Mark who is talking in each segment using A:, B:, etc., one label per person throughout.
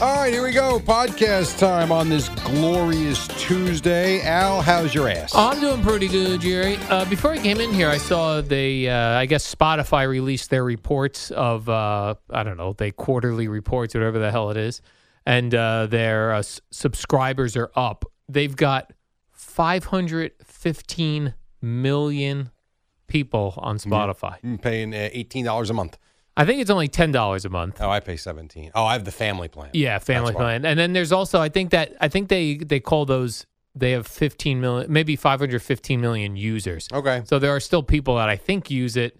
A: All right, here we go. Podcast time on this glorious Tuesday. Al, how's your ass?
B: Oh, I'm doing pretty good, Jerry. Uh, before I came in here, I saw they, uh, I guess Spotify released their reports of, uh, I don't know, they quarterly reports, whatever the hell it is, and uh, their uh, s- subscribers are up. They've got 515 million people on Spotify.
C: I'm paying uh, eighteen dollars a month.
B: I think it's only ten dollars a month.
C: Oh, I pay seventeen. Oh, I have the family plan.
B: Yeah, family
C: why.
B: plan. And then there's also I think that I think they they call those they have 15 million maybe 515 million users.
C: Okay.
B: So there are still people that I think use it.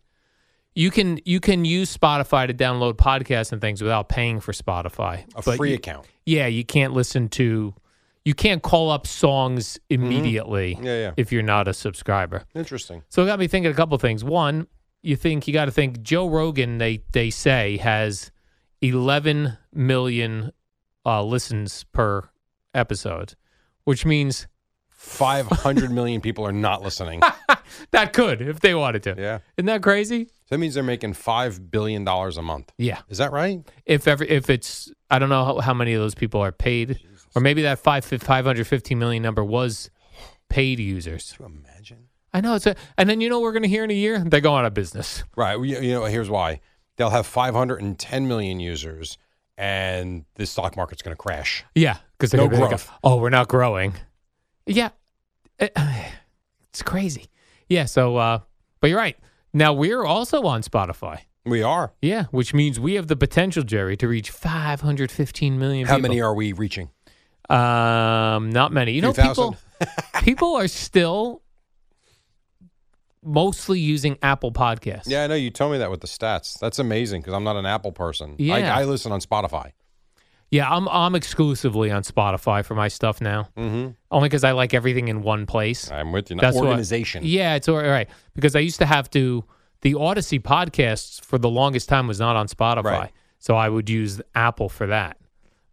B: You can you can use Spotify to download podcasts and things without paying for Spotify.
C: A
B: But
C: free
B: you-
C: account.
B: Yeah, you can't listen to you can't call up songs immediately
C: Mm-hmm. Yeah, yeah.
B: if you're not a subscriber.
C: Interesting.
B: So it got me thinking a couple things. One, you think you got to think Joe Rogan. They they say has 11 million uh, listens per episode, which means
C: Five hundred million people are not listening.
B: that could if they wanted to.
C: Yeah.
B: Isn't that crazy?
C: So that means they're making five billion dollars a month.
B: Yeah.
C: Is that right?
B: If every if it's I don't know how, how many of those people are paid, or maybe that five 550 million number was paid users.
C: Can you imagine?
B: I know it's a, and then you know what we're gonna hear in a year they go out of business.
C: Right. well, You, you know, here's why. They'll have five hundred and ten million users, and the stock market's going to crash.
B: Yeah, because
C: No growth.
B: oh, we're not growing. Yeah, It- it's crazy. Yeah. So, uh, but you're right. Now we're also on Spotify.
C: We are.
B: Yeah, which means we have the potential, Jerry, to reach 515 million.
C: How
B: people.
C: many are we reaching?
B: Um, not many. You know,
C: 2,000?
B: people people are still mostly using Apple Podcasts.
C: Yeah, I know. You told me that with the stats. That's amazing because I'm not an Apple person.
B: Yeah.
C: I, I listen on Spotify.
B: Yeah, I'm I'm exclusively on Spotify for my stuff now.
C: Mm-hmm.
B: Only because I like everything in one place.
C: I'm with you.
B: That's what-
C: Organization.
B: yeah, it's all right, right. Because I used to have to the Odyssey podcasts for the longest time was not on Spotify.
C: Right.
B: So I would use Apple for that.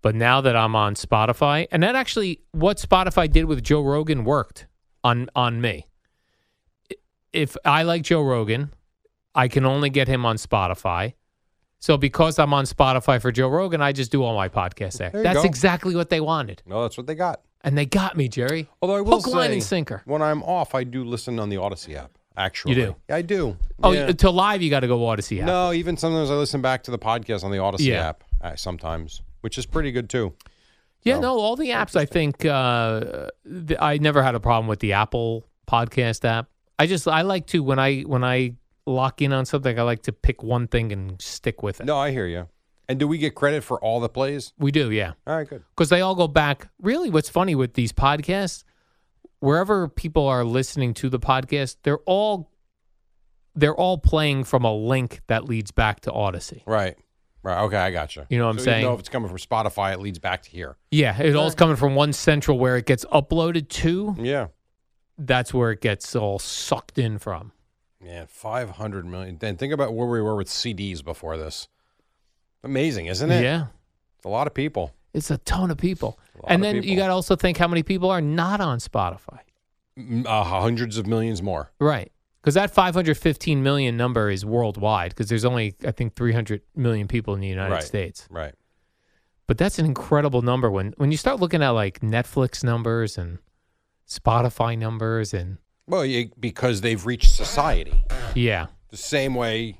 B: But now that I'm on Spotify, and that actually what Spotify did with Joe Rogan worked on on me. I- If I like Joe Rogan, I can only get him on Spotify. So because I'm on Spotify for Joe Rogan, I just do all my podcasts there.
C: There you
B: That's
C: go.
B: exactly what they wanted.
C: No, that's what they got.
B: And they got me, Jerry.
C: Although I will
B: Hook, line,
C: say,
B: and sinker.
C: When I'm off, I do listen on the Odyssey app. Actually,
B: You do?
C: Yeah, I do.
B: Oh,
C: Yeah.
B: to live you got to go Odyssey app.
C: no. Even sometimes I listen back to the podcast on the Odyssey
B: Yeah.
C: app. Uh, sometimes, which is pretty good too.
B: Yeah,
C: So,
B: no, all the apps. I think uh, th- I never had a problem with the Apple Podcast app. I just I like to when I when I lock in on something, I like to pick one thing and stick with it.
C: No, I hear you. And do we get credit for all the plays?
B: We do, yeah,
C: All right, good.
B: because they all go back. Really, what's funny with these podcasts, wherever people are listening to the podcast, they're all they're all playing from a link that leads back to Odyssey.
C: Right, right. Okay, I got you.
B: You know what I'm
C: so
B: saying?
C: Even though if it's coming from Spotify, it leads back to here.
B: Yeah, it all's coming from one central where it gets uploaded to.
C: Yeah.
B: That's where it gets all sucked in from.
C: Man, 500 million. Then think about where we were with CDs before this. Amazing, isn't it?
B: Yeah.
C: It's a lot of people.
B: It's a ton of people.
C: A lot
B: And
C: of
B: then you
C: people.
B: got to also think how many people are not on Spotify.
C: Mm, Uh, hundreds of millions more.
B: Right. Because that 515 million number is worldwide because there's only, I think, 300 million people in the United
C: Right.
B: States.
C: Right.
B: But that's an incredible number when, when you start looking at like Netflix numbers and Spotify numbers and
C: Well, you, because they've reached society
B: yeah.
C: the same way.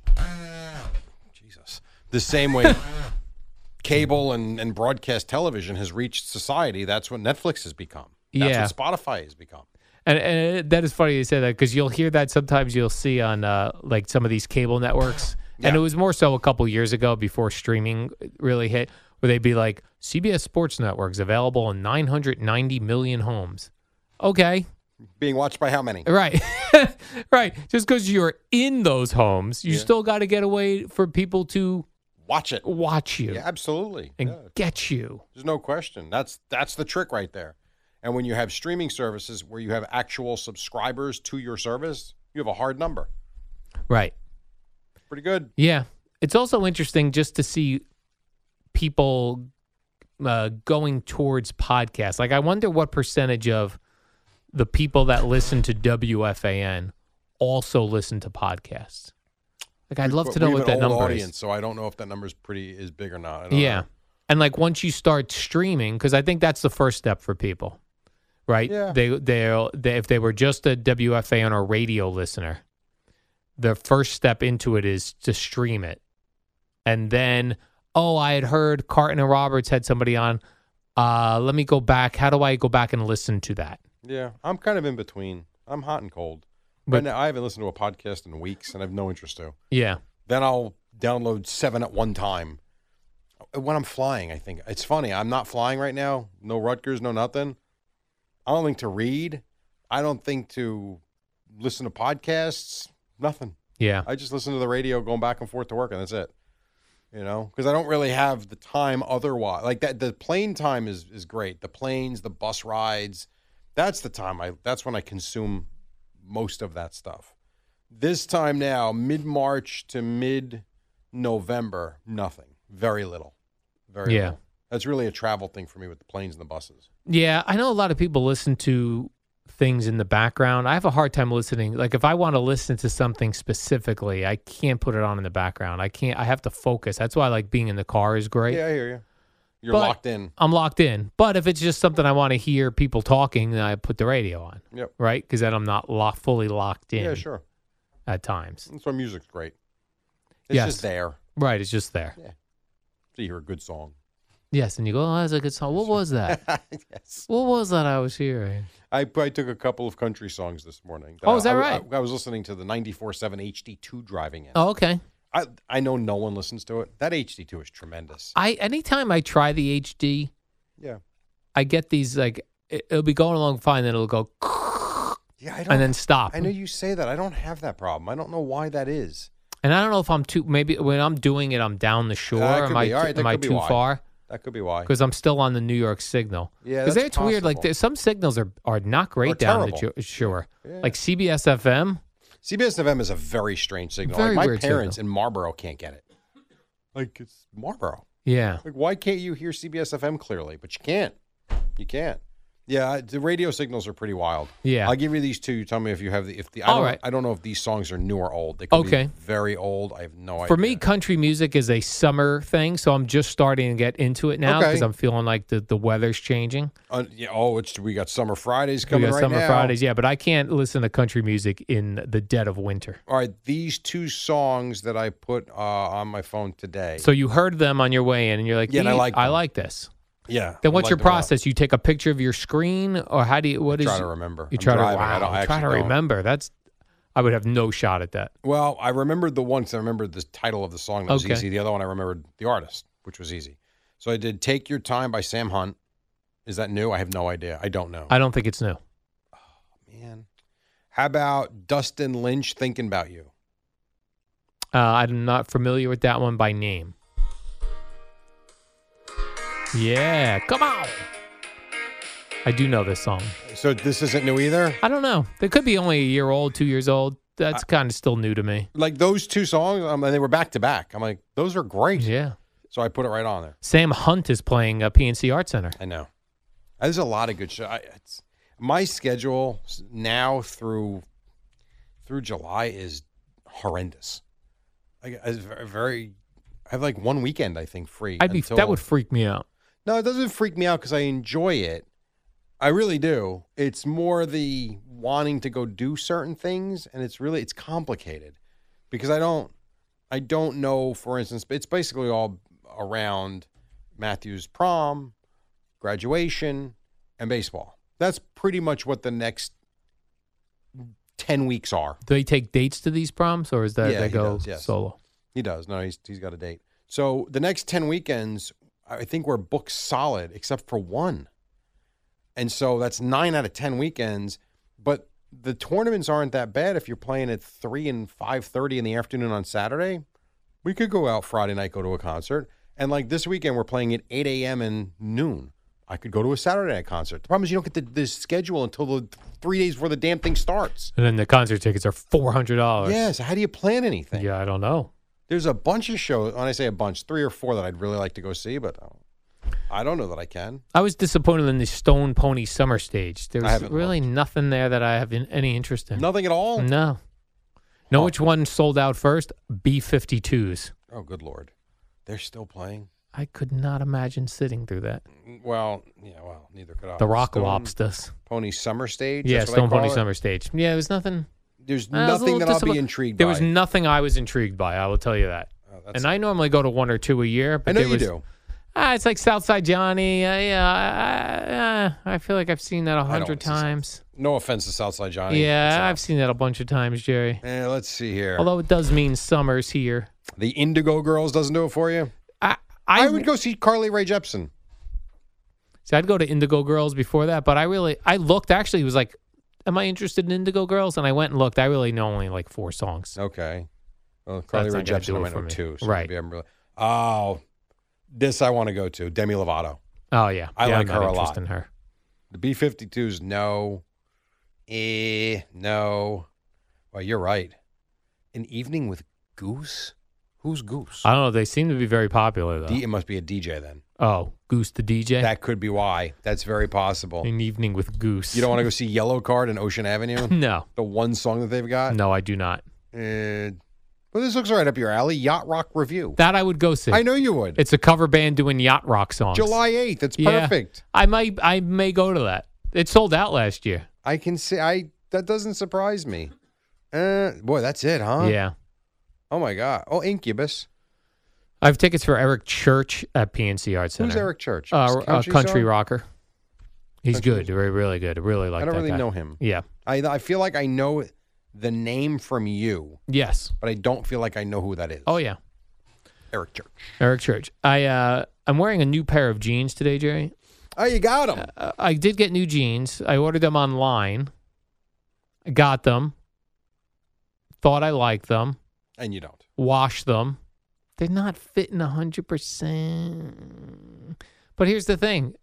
C: Jesus. The same way cable and, and broadcast television has reached society. That's what Netflix has become. That's
B: Yeah.
C: what Spotify has become.
B: And, and it- that is funny you say that because you'll hear that sometimes you'll see on uh, like some of these cable networks. And
C: Yeah.
B: it was more so a couple years ago before streaming really hit, where they'd be like, CBS Sports Network's available in 990 million homes. Okay.
C: Being watched by how many?
B: Right. right. Just because you're in those homes, you still got to get a way for people to
C: Watch it.
B: watch you
C: Yeah, absolutely.
B: and
C: Yeah.
B: get you.
C: There's no question. That's that's the trick right there. And when you have streaming services where you have actual subscribers to your service, you have a hard number.
B: Right.
C: Pretty good.
B: Yeah. It's also interesting just to see people uh, going towards podcasts. Like, I wonder what percentage of the people that listen to WFAN also listen to podcasts. Like, I'd love
C: But
B: to know
C: we
B: what
C: have
B: that
C: an old
B: number
C: audience,
B: is.
C: So I don't know if that number's pretty is big or not. I don't
B: Yeah.
C: know.
B: And like once you start streaming, because I think that's the first step for people, right?
C: Yeah.
B: They they'll they, if they were just a WFAN or radio listener, the first step into it is to stream it, and then oh, I had heard Carton and Roberts had somebody on. Uh, let me go back. How do I go back and listen to that?
C: Yeah. I'm kind of in between. I'm hot and cold.
B: But-
C: But now, I haven't listened to a podcast in weeks and I have no interest to.
B: Yeah,
C: Then I'll download seven at one time. When I'm flying, I think it's funny. I'm not flying right now. No Rutgers, no nothing. I don't think to read. I don't think to listen to podcasts. Nothing.
B: yeah,
C: I just listen to the radio going back and forth to work, and that's it. You know, because I don't really have the time otherwise. Like that, the plane time is is great. The planes, the bus rides, that's the time. I that's when I consume most of that stuff. This time now, mid March to mid November, nothing, very little, very
B: Yeah.
C: little. That's really a travel thing for me with the planes and the buses.
B: yeah. I know a lot of people listen to things in the background. I have a hard time listening. Like if I want to listen to something specifically, I can't put it on in the background. I can't. I have to focus. That's why I like being in the car is great.
C: Yeah, I hear you. You're
B: But-
C: locked in.
B: I'm locked in. But if it's just something I want to hear people talking, then I put the radio on,
C: Yep.
B: right? Because then I'm not lo- fully locked in
C: Yeah, sure.
B: at times.
C: That's why music's great. It's
B: Yes.
C: just there.
B: Right, it's just there.
C: So you hear a good song.
B: Yes, and you go, oh, that's a good song. What was that?
C: yes.
B: what was that I was hearing?
C: I, I took a couple of country songs this morning.
B: Oh, is that
C: I-
B: right?
C: I, I was listening to the 94.7 HD2 driving in.
B: Oh, okay.
C: I, I know no one listens to it. That HD2 is tremendous.
B: I Anytime I try the HD,
C: Yeah.
B: I get these, like, it, will be going along fine, then it'll go,
C: Yeah, I don't.
B: and then stop.
C: I know you say that. I don't have that problem. I don't know why that is.
B: and I don't know if I'm too, maybe when I'm doing it, I'm down the shore.
C: That could
B: am I,
C: be. All right, that
B: am I
C: could be
B: too
C: why.
B: far?
C: That could be why.
B: because I'm still on the New York signal.
C: Yeah,
B: because
C: that's
B: it's weird. Like
C: possible.
B: there's some signals are are not great
C: Are
B: down the
C: terrible.
B: jo- shore.
C: Yeah.
B: Like CBS FM.
C: CBS FM is a very strange signal.
B: Very
C: like my
B: weird
C: parents
B: signal.
C: in Marlboro can't get it. Like it's Marlboro.
B: Yeah,
C: Like, why can't you hear CBS FM clearly? But you can't. You can't. Yeah, I- the radio signals are pretty wild.
B: Yeah.
C: I'll give you these two. You tell me if you have the if the. I
B: All
C: don't,
B: right.
C: I don't know if these songs are new or old. They could
B: Okay.
C: Be very old. I have no idea.
B: for me, country music is a summer thing, so I'm just starting to get into it now
C: Okay.
B: because I'm feeling like the the weather's changing.
C: Uh, yeah, oh, it's we got summer Fridays
B: We
C: coming
B: got
C: right
B: summer
C: now.
B: Fridays, yeah, but I can't listen to country music in the dead of winter.
C: All right, these two songs that I put uh, on my phone today.
B: So you heard them on your way in, and you're like,
C: Yeah, and I
B: "Ee,
C: like
B: I
C: them."
B: like this."
C: yeah.
B: Then
C: I
B: what's
C: liked
B: your
C: them a lot.
B: process? You take a picture of your screen, or how do you? What is?
C: try to remember.
B: You
C: I'm
B: try to
C: driving.
B: wow,
C: I don't-
B: try
C: I
B: to
C: actually don't.
B: remember. That's. I would have no shot at that.
C: Well, I remembered the one 'cause I remembered the title of the song that was
B: Okay.
C: easy. The other one I remembered the artist, which was easy. So I did "Take Your Time" by Sam Hunt. Is that new? I have no idea. I don't know.
B: I don't think it's new.
C: Man, how about Dustin Lynch "Thinking About You"?
B: Uh, I'm not familiar with that one by name. Yeah, come on. I do know this song.
C: So this isn't new either.
B: I don't know. It could be only a year old, two years old. that's kind of still new to me.
C: Like those two songs, um, and they were back to back. I'm like, those are great.
B: Yeah.
C: So I put it right on there.
B: Sam Hunt is playing uh, a PNC Art Center.
C: I know. There's a lot of good show. I, it's, my schedule s- now through through July is horrendous. I, I very. I have like one weekend, I think, free.
B: I'd be that
C: until-
B: would freak me out.
C: No, it doesn't freak me out because I enjoy it. I really do. It's more the wanting to go do certain things, and it's really it's complicated because I don't, I don't know. For instance, it's basically all around Matthew's prom, graduation, and baseball. That's pretty much what the next ten weeks are.
B: Do they take dates to these proms, or is that
C: Yeah,
B: they
C: he
B: go
C: does, yes.
B: solo?
C: He does. No, he's he's got a date. So the next ten weekends, I think we're booked solid except for one, and so that's nine out of ten weekends. But the tournaments aren't that bad if you're playing at three and five thirty in the afternoon on Saturday. We could go out Friday night, go to a concert, and like this weekend we're playing at eight a.m. and noon. I could go to a Saturday night concert. The problem is you don't get the, the schedule until the three days before the damn thing starts.
B: And then the concert tickets are four hundred dollars.
C: Yeah, so how do you plan anything?
B: Yeah, I don't know.
C: There's a bunch of shows. When I say a bunch, three or four that I'd really like to go see, but I don't, I don't know that I can.
B: I was disappointed in the Stone Pony Summer Stage. There
C: I
B: was
C: haven't
B: really nothing there that I have in, any interest in.
C: Nothing at all.
B: No. Know
C: Huh.
B: which one sold out first? B 52s.
C: Oh, good lord, they're still playing.
B: I could not imagine sitting through that.
C: Well, yeah, well, neither could I.
B: the Rock
C: Uh, Stone
B: Lobsters.
C: Pony Summer Stage.
B: Yeah,
C: that's what I
B: Stone Pony
C: call it.
B: Summer Stage. Yeah, there was nothing.
C: There's
B: I was a
C: nothing
B: little
C: that I'll
B: disapp-
C: be intrigued
B: There
C: by.
B: was nothing I was intrigued by, I will tell you that.
C: Oh, that's-
B: and I normally go to one or two a year,
C: I
B: but
C: know
B: there
C: you
B: was,
C: do.
B: Ah, it's like Southside Johnny. Uh, yeah, I, I, I feel like I've seen that a
C: I don't
B: hundred
C: see South-
B: times.
C: No offense to Southside Johnny.
B: yeah, I've
C: It's
B: seen that a bunch of times, Jerry.
C: not- Eh, let's see here.
B: Although it does mean summer's here.
C: the Indigo Girls doesn't do it for you.
B: I,
C: I, would go see Carly Rae Jepsen.
B: See, I'd go to Indigo Girls before that, but I really I looked actually it was like, am I interested in Indigo Girls? And I went and looked. I really know only like four songs.
C: Okay. Well, Carly
B: not gonna
C: Rae
B: do
C: Jepsen,
B: it
C: I might
B: for
C: know
B: me.
C: two. So
B: Right.
C: maybe I'm really, oh, this I want to go to. Demi Lovato.
B: Oh yeah,
C: I
B: Yeah,
C: like
B: I'm
C: her
B: not
C: a
B: interested
C: lot.
B: In her,
C: The B 52s, no. Eh, no. Well, you're right. An evening with Goose? Who's Goose?
B: I don't know. They seem to be very popular though.
C: D- it must be a DJ then.
B: oh, Goose the DJ.
C: That could be why. That's very possible.
B: An evening with Goose.
C: You don't want to go see Yellow Card and Ocean Avenue?
B: No,
C: the one song that they've got?
B: no, I do not.
C: Eh, well, this looks right up your alley. Yacht Rock Review.
B: That I would go see.
C: I know you would.
B: It's a cover band doing yacht rock songs.
C: July 8th. It's
B: Yeah.
C: perfect.
B: I might. I may go to that. It sold out last year.
C: I can see. I That doesn't surprise me. Uh, boy, that's it, huh?
B: Yeah.
C: Oh, my God. Oh, Incubus.
B: I have tickets for Eric Church at PNC Arts Center.
C: Who's Eric Church?
B: Uh,
C: Just
B: a country
C: song?
B: rocker. He's
C: Country
B: good. Really, really good. Really like
C: I don't
B: that
C: really
B: guy.
C: know him.
B: Yeah.
C: I I feel like I know the name from you,
B: Yes.
C: but I don't feel like I know who that is.
B: Oh yeah.
C: Eric Church.
B: Eric Church. I uh, I'm wearing a new pair of jeans today, Jerry.
C: Oh, you got him.
B: Uh, I did get new jeans. I ordered them online. I got them. Thought I liked them.
C: and you don't.
B: Washed them. They're not fitting hundred percent. But here's the thing.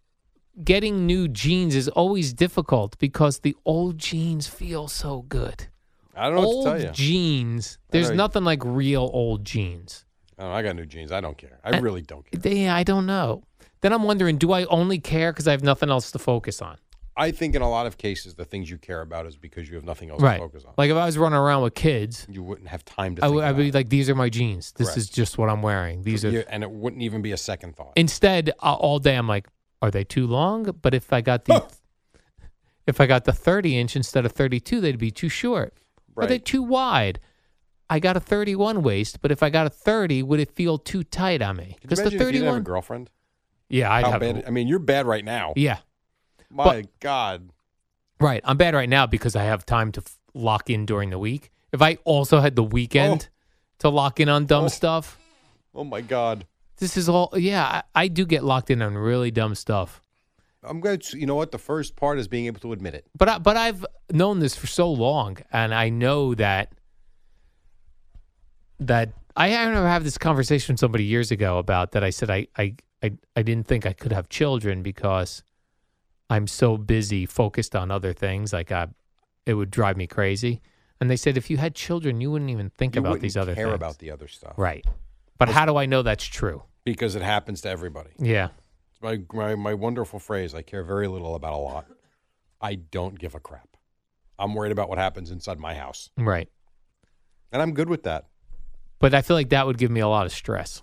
B: Getting new jeans is always difficult because the old jeans feel so good.
C: I don't know
B: old
C: what to tell you.
B: jeans.
C: I
B: There's
C: know you-
B: nothing like real old jeans.
C: Oh, I got new jeans. I don't care. I really don't care.
B: They, I don't know. Then I'm wondering, do I only care because I have nothing else to focus on?
C: I think in a lot of cases, the things you care about is because you have nothing else to focus on.
B: Like if I was running around with kids,
C: you wouldn't have time to.
B: I
C: Think
B: would, I
C: about
B: would be
C: it.
B: like, these are my jeans. This is
C: Correct.
B: just what I'm wearing. These are.
C: You- and it wouldn't even be a second thought.
B: Instead, uh, all day I'm like, are they too long? But if I got the, if I got the 30 inch instead of 32, they'd be too short. Are they
C: Right.
B: too wide? I got a 31 waist, but if I got a 30, would it feel too tight on me?
C: Could you imagine
B: the
C: if you didn't have a girlfriend?
B: yeah, I'd
C: How
B: have.
C: bad? I mean, you're bad right now.
B: yeah,
C: My
B: but-
C: God.
B: Right. I'm bad right now because I have time to f- lock in during the week. If I also had the weekend to lock in on dumb
C: Oh.
B: stuff,
C: Oh my God.
B: this is all, yeah, I, I do get locked in on really dumb stuff.
C: I'm going to. You know what? The first part is being able to admit it.
B: But, I, but I've known this for so long and I know that, that I, I remember having this conversation with somebody years ago about that. I said, I, I, I, I didn't think I could have children because I'm so busy focused on other things. Like I, it would drive me crazy. And they said if you had children, you wouldn't even think
C: you
B: about
C: wouldn't
B: these other
C: care
B: things.
C: about the other stuff
B: right. But how do I know that's true?
C: because it happens to everybody.
B: Yeah.
C: It's my, my my wonderful phrase. I care very little about a lot. I don't give a crap. I'm worried about what happens inside my house,
B: Right.
C: and I'm good with that.
B: But I feel like that would give me a lot of stress.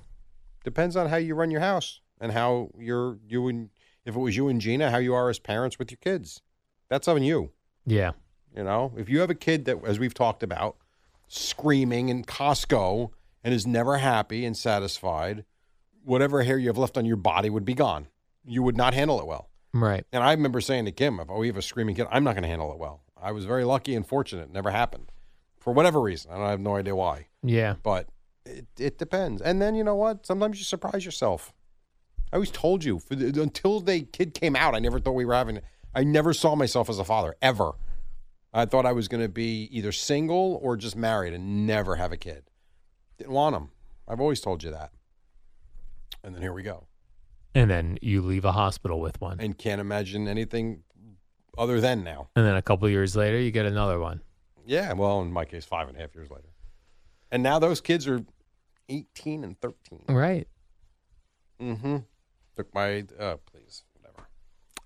C: Depends on how you run your house and how you're you and if it was you and Gina, how you are as parents with your kids. That's on you.
B: Yeah.
C: You know, if you have a kid that, as we've talked about, screaming in Costco and is never happy and satisfied, whatever hair you have left on your body would be gone. You would not handle it well.
B: Right.
C: And I remember saying to Kim, if we have a screaming kid, I'm not going to handle it well. I was very lucky and fortunate. It never happened for whatever reason. And I have no idea why,
B: Yeah.
C: but it, it depends. And then you know what? Sometimes you surprise yourself. I always told you for the, until the kid came out, I never thought we were having, I never saw myself as a father ever. I thought I was going to be either single or just married and never have a kid. Didn't want him. I've always told you that. And then here we go
B: And then you leave a hospital with one.
C: and can't imagine anything other than now.
B: And then a couple years later, you get another one.
C: Yeah, well, in my case, five and a half years later. And now those kids are 18 and 13.
B: Right.
C: Mm-hmm. Took my, uh, please, whatever.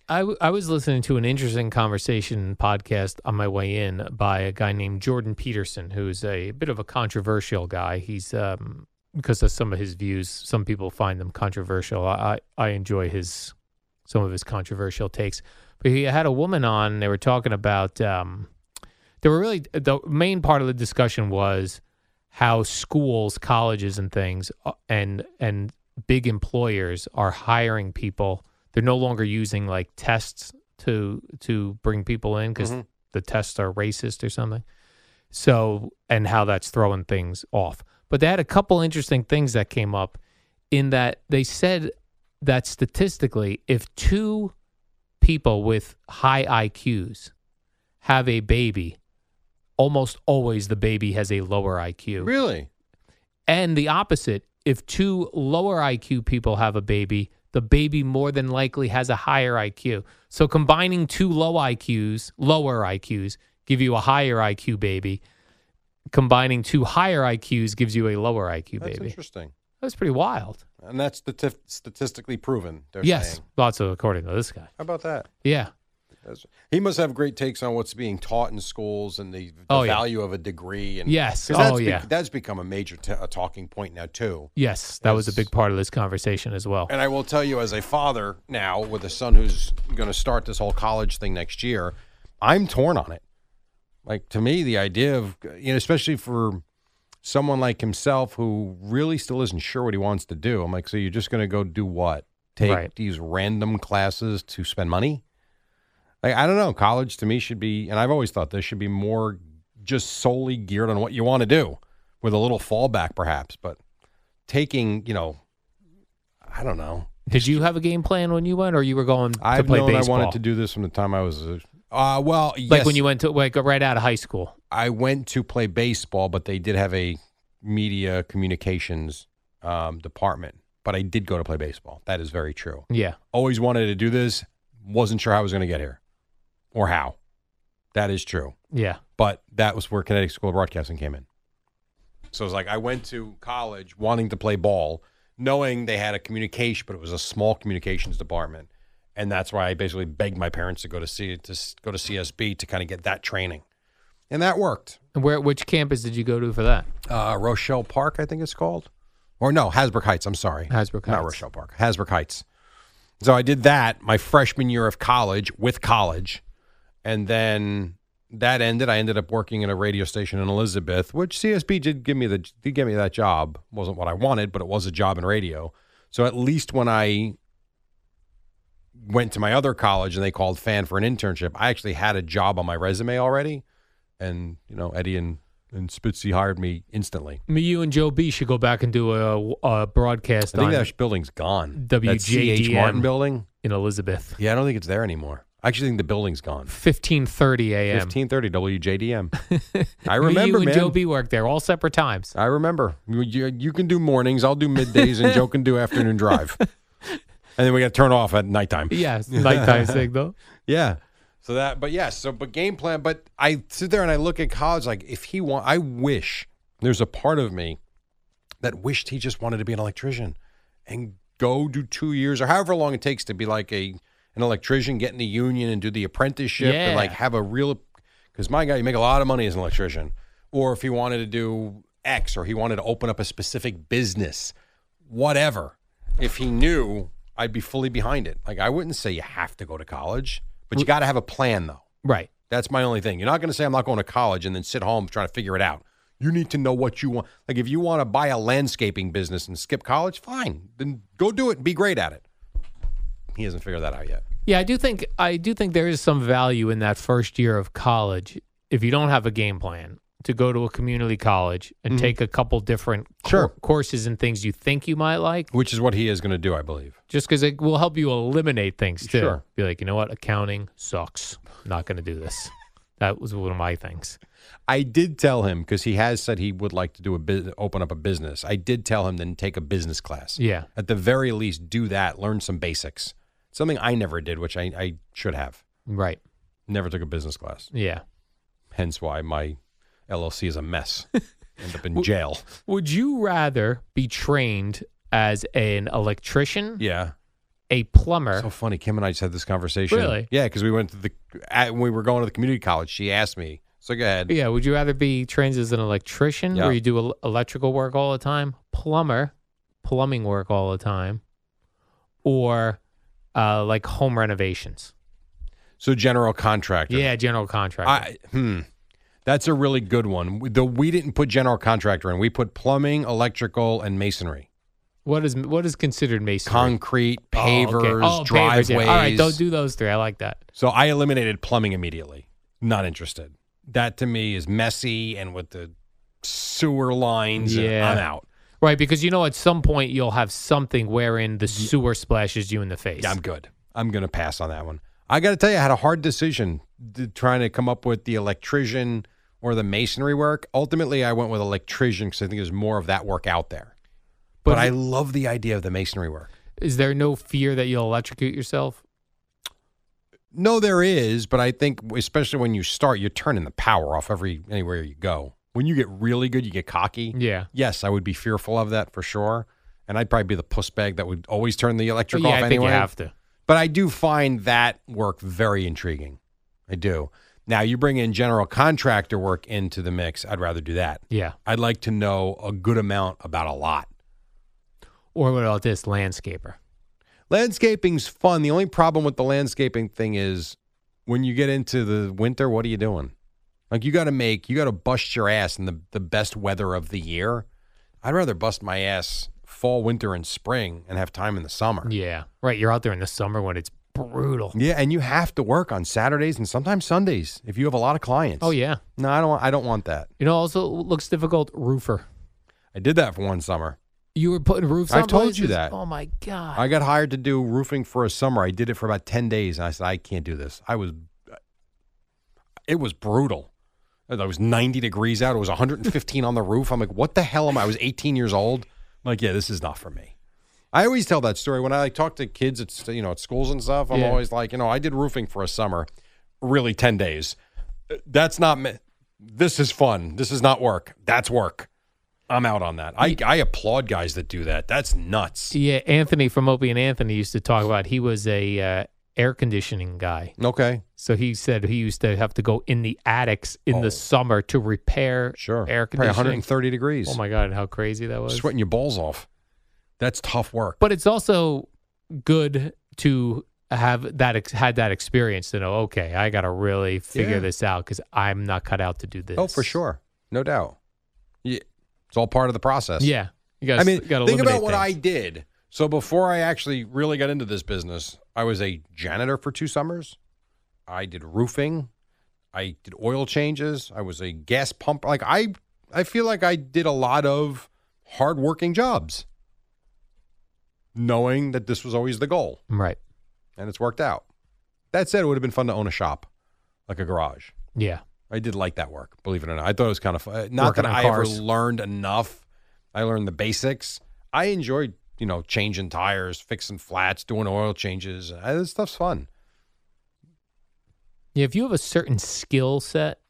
B: I, w- I was listening to an interesting conversation podcast on my way in by a guy named Jordan Peterson, who's a bit of a controversial guy. He's um, because of some of his views, some people find them controversial. I, I I enjoy his some of his controversial takes. But he had a woman on. They were talking about um, there were really the main part of the discussion was how schools, colleges, and things, uh, and and big employers are hiring people. They're no longer using like tests to to bring people in because the tests are racist or something. So and how that's throwing things off. But they had a couple interesting things that came up in that they said that statistically, if two people with high IQs have a baby, almost always the baby has a lower IQ.
C: Really?
B: And the opposite, if two lower IQ people have a baby, the baby more than likely has a higher IQ. So combining two low IQs, lower IQs, give you a higher IQ baby. Combining two higher IQs gives you a lower IQ
C: That's
B: baby.
C: interesting.
B: That's pretty wild.
C: And that's stati- statistically proven. They're
B: yes,
C: saying.
B: lots of according to this guy.
C: How about that?
B: Yeah,
C: That's- he must have great takes on what's being taught in schools and the, the
B: Oh, yeah.
C: value of a degree. And
B: Yes.
C: 'cause that's
B: Oh, yeah.
C: that's become a major t- a talking point now too.
B: yes, that was a big part of this conversation as well.
C: And I will tell you, as a father now with a son who's going to start this whole college thing next year, I'm torn on it. Like to me, the idea of you know, especially for someone like himself who really still isn't sure what he wants to do. I'm like, so you're just going to go do what? Take
B: Right.
C: these random classes to spend money? Like I don't know. College to me should be, and I've always thought this should be more just solely geared on what you want to do, with a little fallback perhaps. But taking, you know, I don't know.
B: Did you have a game plan when you went, or you were going to
C: I've
B: play
C: known
B: baseball?
C: I wanted to do this from the time I was. A, uh, well,
B: like
C: yes,
B: when you went to like right out of high school.
C: I went to play baseball, but they did have a media communications um, department. But I did go to play baseball. That is very true.
B: Yeah,
C: Always wanted to do this. Wasn't sure how I was going to get here or how. That is true.
B: yeah,
C: But that was where Connecticut School of Broadcasting came in. So it's like I went to college wanting to play ball, knowing they had a communication, but it was a small communications department, and that's why I basically begged my parents to go to C to s- go to CSB to kind of get that training, and that worked.
B: And where which campus did you go to for that?
C: Uh, Rochelle Park, I think it's called, or no, Hasbrook Heights. I'm sorry,
B: Hasbrook
C: not
B: Heights.
C: Rochelle Park, Hasbrook Heights. So I did that my freshman year of college with college, and then that ended. I ended up working at a radio station in Elizabeth, which CSB did give me the did give me that job. wasn't what I wanted, but it was a job in radio. So at least when I went to my other college and they called fan for an internship, I actually had a job on my resume already, and you know Eddie and and Spitzy hired me instantly.
B: Me, you, and Joe B should go back and do a, a broadcast
C: I think
B: on,
C: that building's gone. That CH
B: WJDM.
C: Martin building.
B: in Elizabeth,
C: Yeah, I don't think it's there anymore. I actually think the building's gone.
B: fifteen thirty a.m.
C: Fifteen thirty WJDM. I
B: Me, you,
C: remember,
B: and
C: man.
B: Joe B worked there all separate times.
C: I remember. You, you- you can do mornings. I'll do middays, and Joe can do afternoon drive. and then we got to turn off at nighttime.
B: Yes, nighttime signal.
C: Yeah. So that, but yes, so but game plan. But I sit there and I look at college like if he want, I wish there's a part of me that wished he just wanted to be an electrician and go do two years or however long it takes to be like a an electrician, get in the union and do the apprenticeship and like
B: Yeah.
C: have a real. Because my guy, you make a lot of money as an electrician. Or if he wanted to do X, or he wanted to open up a specific business, whatever. If he knew, I'd be fully behind it. Like I wouldn't say you have to go to college, but you got to have a plan though.
B: Right.
C: That's my only thing. You're not going to say I'm not going to college and then sit home trying to figure it out. You need to know what you want. Like if you want to buy a landscaping business and skip college, fine. Then go do it and be great at it. He hasn't figured that out yet.
B: Yeah, I do think I do think there is some value in that first year of college if you don't have a game plan to go to a community college and take a couple different cour-
C: Mm-hmm. Sure.
B: courses and things you think you might like,
C: Which is what he is going to do, I believe.
B: just because it will help you eliminate things too.
C: Sure.
B: Be like, you know what, accounting sucks. Not going to do this. that was one of my things.
C: I did tell him because he has said he would like to do a bus open up a business. I did tell him then take a business class.
B: Yeah.
C: At the very least, do that. Learn some basics. Something I never did, which I, I should have.
B: Right.
C: Never took a business class.
B: Yeah.
C: Hence why my LLC is a mess. End up in jail.
B: Would you rather be trained as an electrician,
C: Yeah.
B: a plumber?
C: So funny. Kim and I just had this conversation.
B: Really?
C: Yeah, because we went to the at, when we were going to the community college. She asked me. So go ahead.
B: Yeah, would you rather be trained as an electrician
C: Yeah.
B: where you do el- electrical work all the time, plumber, plumbing work all the time, or uh, like home renovations?
C: So general contractor.
B: Yeah, general contractor.
C: I hmm. That's a really good one. We- The we didn't put general contractor in. We put plumbing, electrical, and masonry,
B: what is what is considered masonry?
C: concrete,
B: Oh, okay.
C: pavers,
B: Oh,
C: driveways.
B: pavers, yeah. All right, don't do those three. I like that.
C: So I eliminated plumbing immediately. Not interested. That to me is messy and with the sewer lines. and
B: Yeah.
C: I'm out.
B: Right, because you know at some point you'll have something wherein the sewer splashes you in the face.
C: Yeah, I'm good. I'm going to pass on that one. I got to tell you, I had a hard decision d- trying to come up with the electrician or the masonry work. Ultimately, I went with electrician because I think there's more of that work out there. But,
B: But
C: I
B: it-
C: love the idea of the masonry work.
B: is there no fear that you'll electrocute yourself?
C: No, there is, but I think especially when you start, you're turning the power off every anywhere you go. When you get really good, you get cocky.
B: Yeah.
C: Yes, I would be fearful of that for sure, and I'd probably be the puss bag that would always turn the electric
B: yeah,
C: off
B: I think
C: anyway.
B: you have to.
C: But I do find that work very intriguing. I do. Now you bring in general contractor work into the mix. I'd rather do that.
B: Yeah.
C: I'd like to know a good amount about a lot.
B: Or what about this landscaper?
C: Landscaping's fun. The only problem with the landscaping thing is when you get into the winter, what are you doing? Like you got to make, you got to bust your ass in the, the best weather of the year. I'd rather bust my ass fall, winter, and spring and have time in the summer.
B: Yeah. Right, you're out there in the summer when it's brutal.
C: Yeah, and you have to work on Saturdays and sometimes Sundays if you have a lot of clients.
B: Oh yeah.
C: No, I don't. want- I don't want that.
B: You know, also looks difficult. Roofer.
C: I did that for one summer.
B: You were putting roofs.
C: I've
B: on
C: told you
B: places?
C: that.
B: Oh my god.
C: I got hired to do roofing for a summer. I did it for about ten days, and I said I can't do this. I was. It was brutal. It was ninety degrees out. It was one hundred and fifteen on the roof. I'm like, what the hell am I? I was eighteen years old. I'm like, yeah, this is not for me. I always tell that story when I like talk to kids at you know at schools and stuff. I'm
B: Yeah.
C: always like, you know, I did roofing for a summer, really ten days. That's not. me- This is fun. This is not work. That's work. I'm out on that. I, I applaud guys that do that. That's nuts.
B: yeah, Anthony from Opie and Anthony used to talk about. He was a uh, air conditioning guy,
C: Okay.
B: so he said he used to have to go in the attics in
C: Oh.
B: the summer to repair
C: Sure.
B: air
C: Probably
B: conditioning.
C: 130 degrees.
B: oh my god, how crazy that was!
C: Sweating your balls off. That's tough work.
B: But it's also good to have that ex- had that experience to know. Okay, I got to really figure
C: Yeah.
B: this out because I'm not cut out to do this.
C: Oh, for sure. No doubt. Yeah. It's all part of the process.
B: Yeah, you got.
C: I mean,
B: gotta
C: think about
B: eliminate
C: what I
B: things.
C: did. So before I actually really got into this business, I was a janitor for two summers. I did roofing. I did oil changes. I was a gas pump. Like I, I feel like I did a lot of hardworking jobs, knowing that this was always the goal.
B: Right.
C: and it's worked out. That said, it would have been fun to own a shop, like a garage.
B: Yeah.
C: I did like that work, believe it or not. I thought it was kind of fun. Not
B: Working
C: that
B: on
C: I
B: cars.
C: ever learned enough. I learned the basics. I enjoyed, you know, changing Uh, tires, fixing flats, doing oil changes. I, this stuff's fun.
B: Yeah, if you have a certain skill set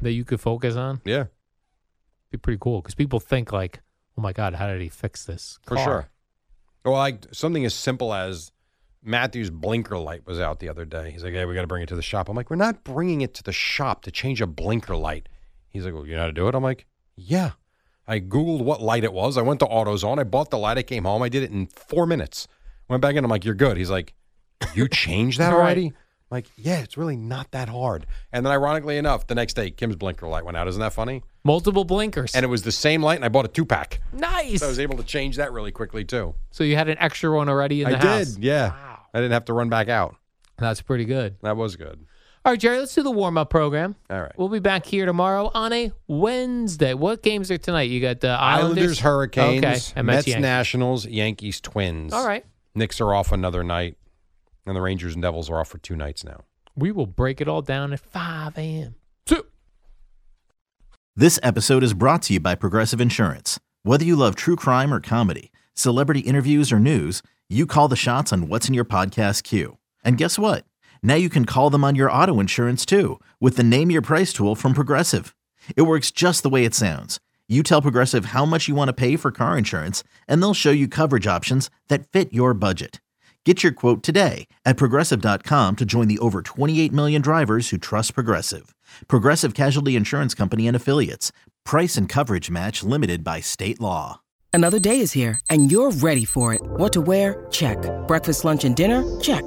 B: that you could focus on, it'd
C: Yeah,
B: be pretty cool because people think like, "Oh my God, how did he fix this?"
C: for
B: car?"
C: sure. Or like something as simple as Matthew's blinker light was out the other day. He's like, "Hey, we got to bring it to the shop." I'm like, "We're not bringing it to the shop to change a blinker light." He's like, "Well, you know how to do it?" I'm like, "Yeah." I googled what light it was. I went to AutoZone. I bought the light. I came home. I did it in four minutes. Went back in. I'm like, "You're good." He's like, "You changed that
B: Right.
C: already?" I'm like, "Yeah, it's really not that hard." And then, ironically enough, the next day Kim's blinker light went out. Isn't that funny?
B: Multiple blinkers.
C: And it was the same light, and I bought a two pack.
B: nice.
C: So I was able to change that really quickly too.
B: so you had an extra one already in the
C: I
B: house.
C: did, yeah.
B: Wow.
C: I didn't have to run back out.
B: That's pretty good.
C: That was good.
B: All right, Jerry, let's do the warm up program.
C: All right.
B: We'll be back here tomorrow on a Wednesday. What games are tonight? You got the Islanders,
C: Islanders, Hurricanes,
B: okay, and
C: Mets,
B: Mets, Yankees.
C: Nationals, Yankees, Twins.
B: All right.
C: Knicks are off another night, and the Rangers and Devils are off for two nights now.
B: We will break it all down at 5 a.m. Two.
D: This episode is brought to you by Progressive Insurance. Whether you love true crime or comedy, celebrity interviews or news, you call the shots on what's in your podcast queue. And guess what? Now you can call them on your auto insurance too with the Name Your Price tool from Progressive. It works just the way it sounds. You tell Progressive how much you want to pay for car insurance, and they'll show you coverage options that fit your budget. Get your quote today at progressive.com to join the over 28 million drivers who trust Progressive. Progressive Casualty Insurance Company and Affiliates. Price and coverage match limited by state law.
E: Another day is here, and you're ready for it. What to wear? Check. Breakfast, lunch, and dinner? Check.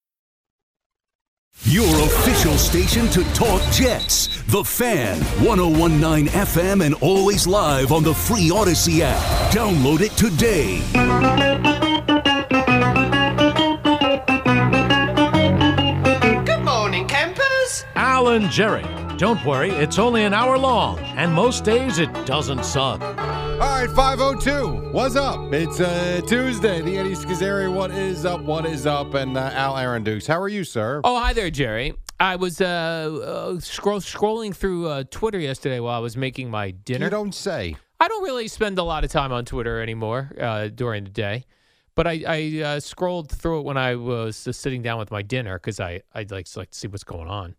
F: Your official station to talk Jets. The Fan, 1019 FM, and always live on the free Odyssey app. Download it today.
G: Alan Jerry. Don't worry, it's only an hour long, and most days it doesn't suck.
C: All right, 502. What's up? It's uh, Tuesday. The Eddie Schizzeri. What is up? What is up? And uh, Al Aaron Dukes. How are you, sir?
B: Oh, hi there, Jerry. I was uh, uh, scroll- scrolling through uh, Twitter yesterday while I was making my dinner.
C: you don't say.
B: I don't really spend a lot of time on Twitter anymore uh, during the day, but I, I uh, scrolled through it when I was just sitting down with my dinner because I I'd like to, like to see what's going on,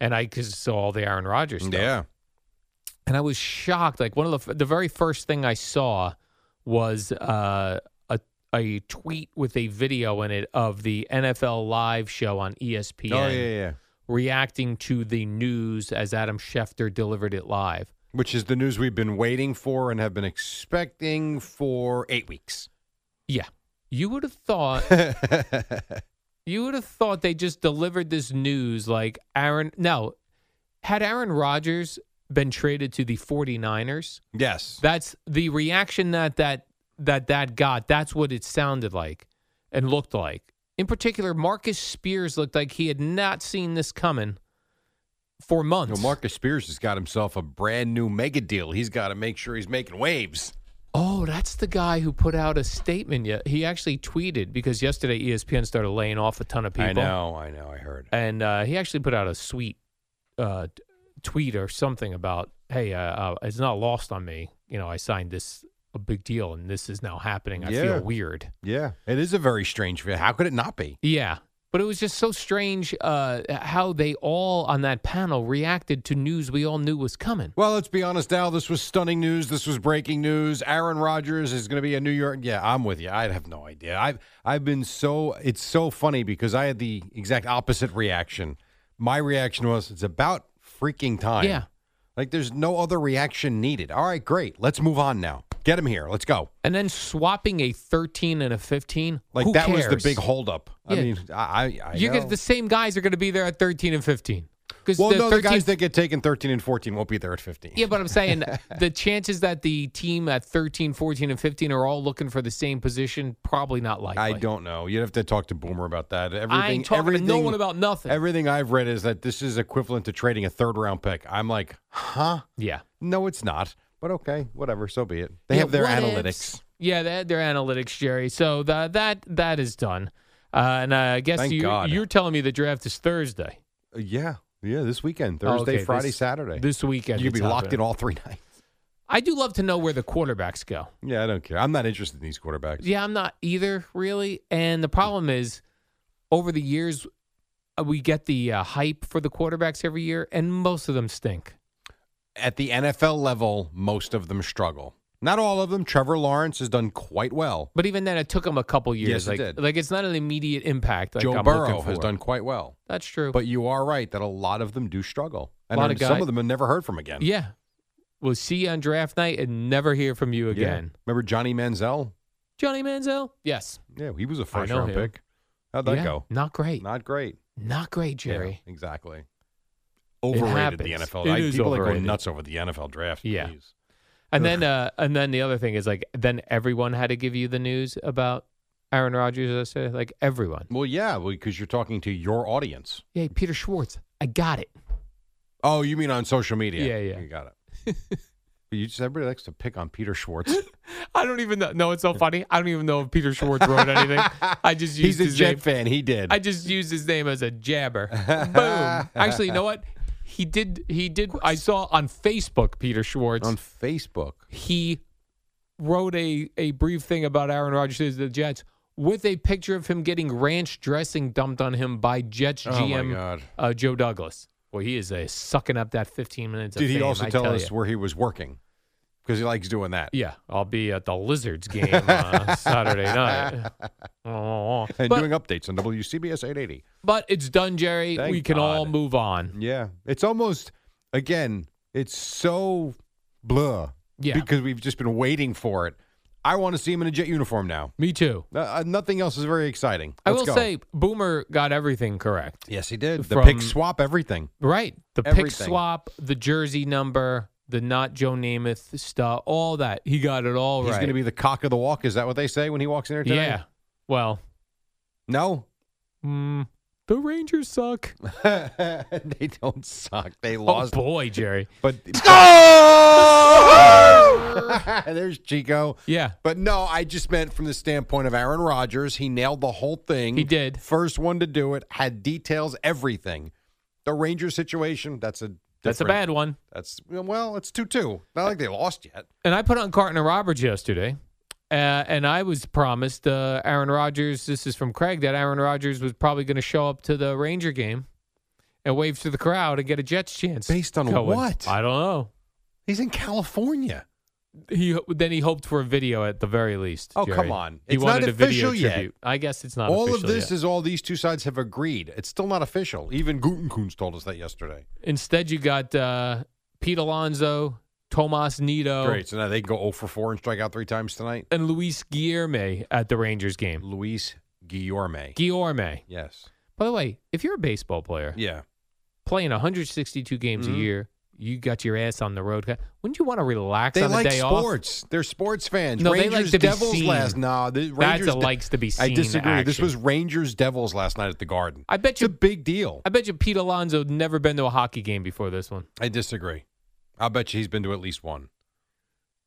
B: and I cause saw all the Aaron Rodgers stuff.
C: Yeah.
B: and I was shocked. Like one of the f- the very first thing I saw was uh, a a tweet with a video in it of the NFL live show on E ESPN
C: Oh yeah, yeah, yeah.
B: reacting to the news as Adam Schefter delivered it live.
C: Which is the news we've been waiting for and have been expecting for eight weeks.
B: Yeah, you would have thought You would have thought they just delivered this news like Aaron. No, had Aaron Rodgers been traded to the 49ers,
C: yes.
B: that's the reaction that that that that got. That's what it sounded like and looked like. In particular, Marcus Spears looked like he had not seen this coming for
C: You know,
B: months.
C: Marcus Spears has got himself a brand new mega deal. He's got to make sure he's making waves.
B: Oh, that's the guy who put out a statement. Yeah, he actually tweeted because yesterday E ESPN started laying off a ton of people.
C: I know, I know, I heard.
B: and uh, he actually put out a sweet uh, t- tweet or something about, "Hey, uh, uh, it's not lost on me. You know, I signed this a big deal, and this is now happening. I
C: Yeah.
B: feel weird."
C: Yeah, it is a very strange. fit. How could it not be?
B: Yeah, but it was just so strange uh, how they all on that panel reacted to news we all knew was coming.
C: Well, let's be honest, Al. This was stunning news. This was breaking news. Aaron Rodgers is going to be a New York. Yeah, I'm with you. I have no idea. I've I've been so. It's so funny because I had the exact opposite reaction. My reaction was, it's about freaking time.
B: Yeah.
C: Like there's no other reaction needed. All right, great. Let's move on now. Get him here. Let's go.
B: And then swapping a 13 and a 15.
C: Like
B: who
C: that was
B: cares?
C: the big holdup. I
B: Yeah.
C: mean, I, I, I
B: You
C: know.
B: get the same guys are going to be there at 13 and 15. Because
C: well, no, the guys that get taken 13 and 14 won't be there at 15.
B: Yeah, but I'm saying the chances that the team at 13, 14, and 15 are all looking for the same position, probably not likely.
C: I don't know. You'd have to talk to Boomer about that. Everything,
B: I ain't talking
C: everything,
B: to no one about nothing.
C: Everything I've read is that this is equivalent to trading a third round pick. I'm like, huh?
B: yeah.
C: No, it's not. But okay, whatever. So be it. They
B: Yeah,
C: have their
B: what
C: analytics.
B: ifs. Yeah, they had their analytics, Jerry. So that that that is done. Uh, and I guess
C: Thank
B: you,
C: God.
B: you're telling me the draft is Thursday.
C: Uh, Yeah, yeah. This weekend,
B: Oh,
C: Thursday,
B: okay,
C: Friday,
B: this-
C: Saturday.
B: This weekend.
C: you
B: it's
C: could be locked
B: happening.
C: in all three nights.
B: I do love to know where the quarterbacks go.
C: Yeah, I don't care. I'm not interested in these quarterbacks.
B: Yeah, I'm not either, really. And the problem is, over the years, uh, we get the uh, hype for the quarterbacks every year, and most of them stink.
C: At the NFL level, most of them struggle. Not all of them. Trevor Lawrence has done quite well.
B: But even then, it took them a couple years.
C: Yes, it
B: like,
C: did.
B: like it's not an immediate impact. Like
C: Joe
B: I'm looking
C: Burrow has
B: for.
C: done quite well.
B: That's true.
C: But you are right that a lot of them do struggle, and
B: Lot of
C: some
B: guy-
C: of them have never heard from again.
B: yeah, we'll see you on draft night and never hear from you
C: Yeah.
B: again.
C: Remember Johnny Manziel?
B: Johnny Manziel? Yes.
C: Yeah, he was a first
B: know
C: round
B: him.
C: pick. How'd that
B: Yeah,
C: go?
B: Not great. Not,
C: Not great.
B: great,
C: Yeah,
B: Jerry.
C: exactly.
B: happens.
C: Overrated the NFL.
B: It
C: I,
B: is
C: people that
B: overrated.
C: go nuts over the NFL draft.
B: Yeah.
C: please.
B: And then uh, and then the other thing is like then everyone had to give you the news about Aaron Rodgers. I say like everyone.
C: Well, yeah, because you're talking to your audience.
B: Hey, Peter Schwartz, I got it.
C: Oh, you mean on social media?
B: Yeah, yeah.
C: You got it. But you just everybody likes to pick on Peter Schwartz.
B: I don't even know. No, it's so funny. I don't even know if Peter Schwartz wrote anything. I just used
C: He's a
B: his
C: Jet
B: name.
C: fan. He did.
B: I just used his name as a jabber. Boom. Actually, you know what? He did. He did. I saw on Facebook Peter Schwartz.
C: on Facebook.
B: he wrote a, a brief thing about Aaron Rodgers to the Jets with a picture of him getting ranch dressing dumped on him by Jets
C: Oh, my
B: GM
C: God.
B: Uh, Joe Douglas. Well, he is a sucking up that 15 minutes. of
C: Did he
B: fame,
C: also
B: I
C: tell us
B: ya.
C: where he was working? Because he likes doing that.
B: Yeah, I'll be at the Lizards game on Saturday night. Oh,
C: And
B: but,
C: doing updates on WCBS 880.
B: but it's done, Jerry.
C: Thank
B: we can all
C: God.
B: move on.
C: Yeah. It's almost, again, it's so blah.
B: Yeah.
C: Because we've just been waiting for it. I want to see him in a jet uniform now.
B: Me too.
C: Uh, Uh, nothing else is very exciting.
B: I
C: Let's
B: will
C: go.
B: say, Boomer got everything correct.
C: Yes, he did. The
B: From-
C: pick swap, everything.
B: Right. The pick
C: Everything.
B: swap, the jersey number, the not Joe Namath stuff, all that. He got it all
C: He's
B: right.
C: going to be the cock of the walk. Is that what they say when he walks in there today?
B: yeah. Well,
C: No?
B: mm, the Rangers suck.
C: they don't suck. They lost.
B: Oh, boy, Jerry.
C: but There's Chico.
B: Yeah.
C: But no, I just meant from the standpoint of Aaron Rodgers. He nailed the whole thing.
B: He did.
C: First one to do it, had details, everything. The Ranger situation, that's a
B: That's a
C: different-
B: bad one.
C: That's well, it's two two. Not like they lost yet.
B: And I put on Carton and Roberts yesterday. Uh, and I was promised uh, Aaron Rodgers. This is from Craig that Aaron Rodgers was probably going to show up to the Ranger game and wave to the crowd and get a Jets chance.
C: Based on
B: going.
C: what?
B: I don't know.
C: He's in California.
B: He then he hoped for a video at the very least.
C: Oh,
B: Jerry.
C: come on.
B: He
C: It's
B: wanted
C: not
B: a video
C: official yet.
B: tribute. I guess it's not
C: all of
B: official
C: this
B: yet.
C: is all these two sides have agreed. It's still not official. Even Gutenkunz told us that yesterday.
B: Instead, you got uh, Pete Alonso, Tomas Nito,
C: Great. So now they go 0 for 4 and strike out three times tonight.
B: and Luis Guillorme at the Rangers game.
C: Luis Guillorme.
B: Guillorme.
C: yes.
B: By the way, if you're a baseball player
C: Yeah.
B: playing 162 games
C: Mm-hmm.
B: a year, you got your ass on the road. Wouldn't you want to relax
C: They
B: on a
C: like
B: day off?
C: sports. They're sports fans.
B: No, they
C: Rangers
B: like to be
C: Devils
B: seen.
C: last. No, the Rangers
B: a likes to be
C: I
B: seen
C: disagree. This
B: action.
C: was Rangers Devils last night at the Garden.
B: I bet
C: It's a
B: you.
C: big deal.
B: I bet you Pete Alonso never been to a hockey game before this one.
C: I disagree. I bet you he's been to at least one.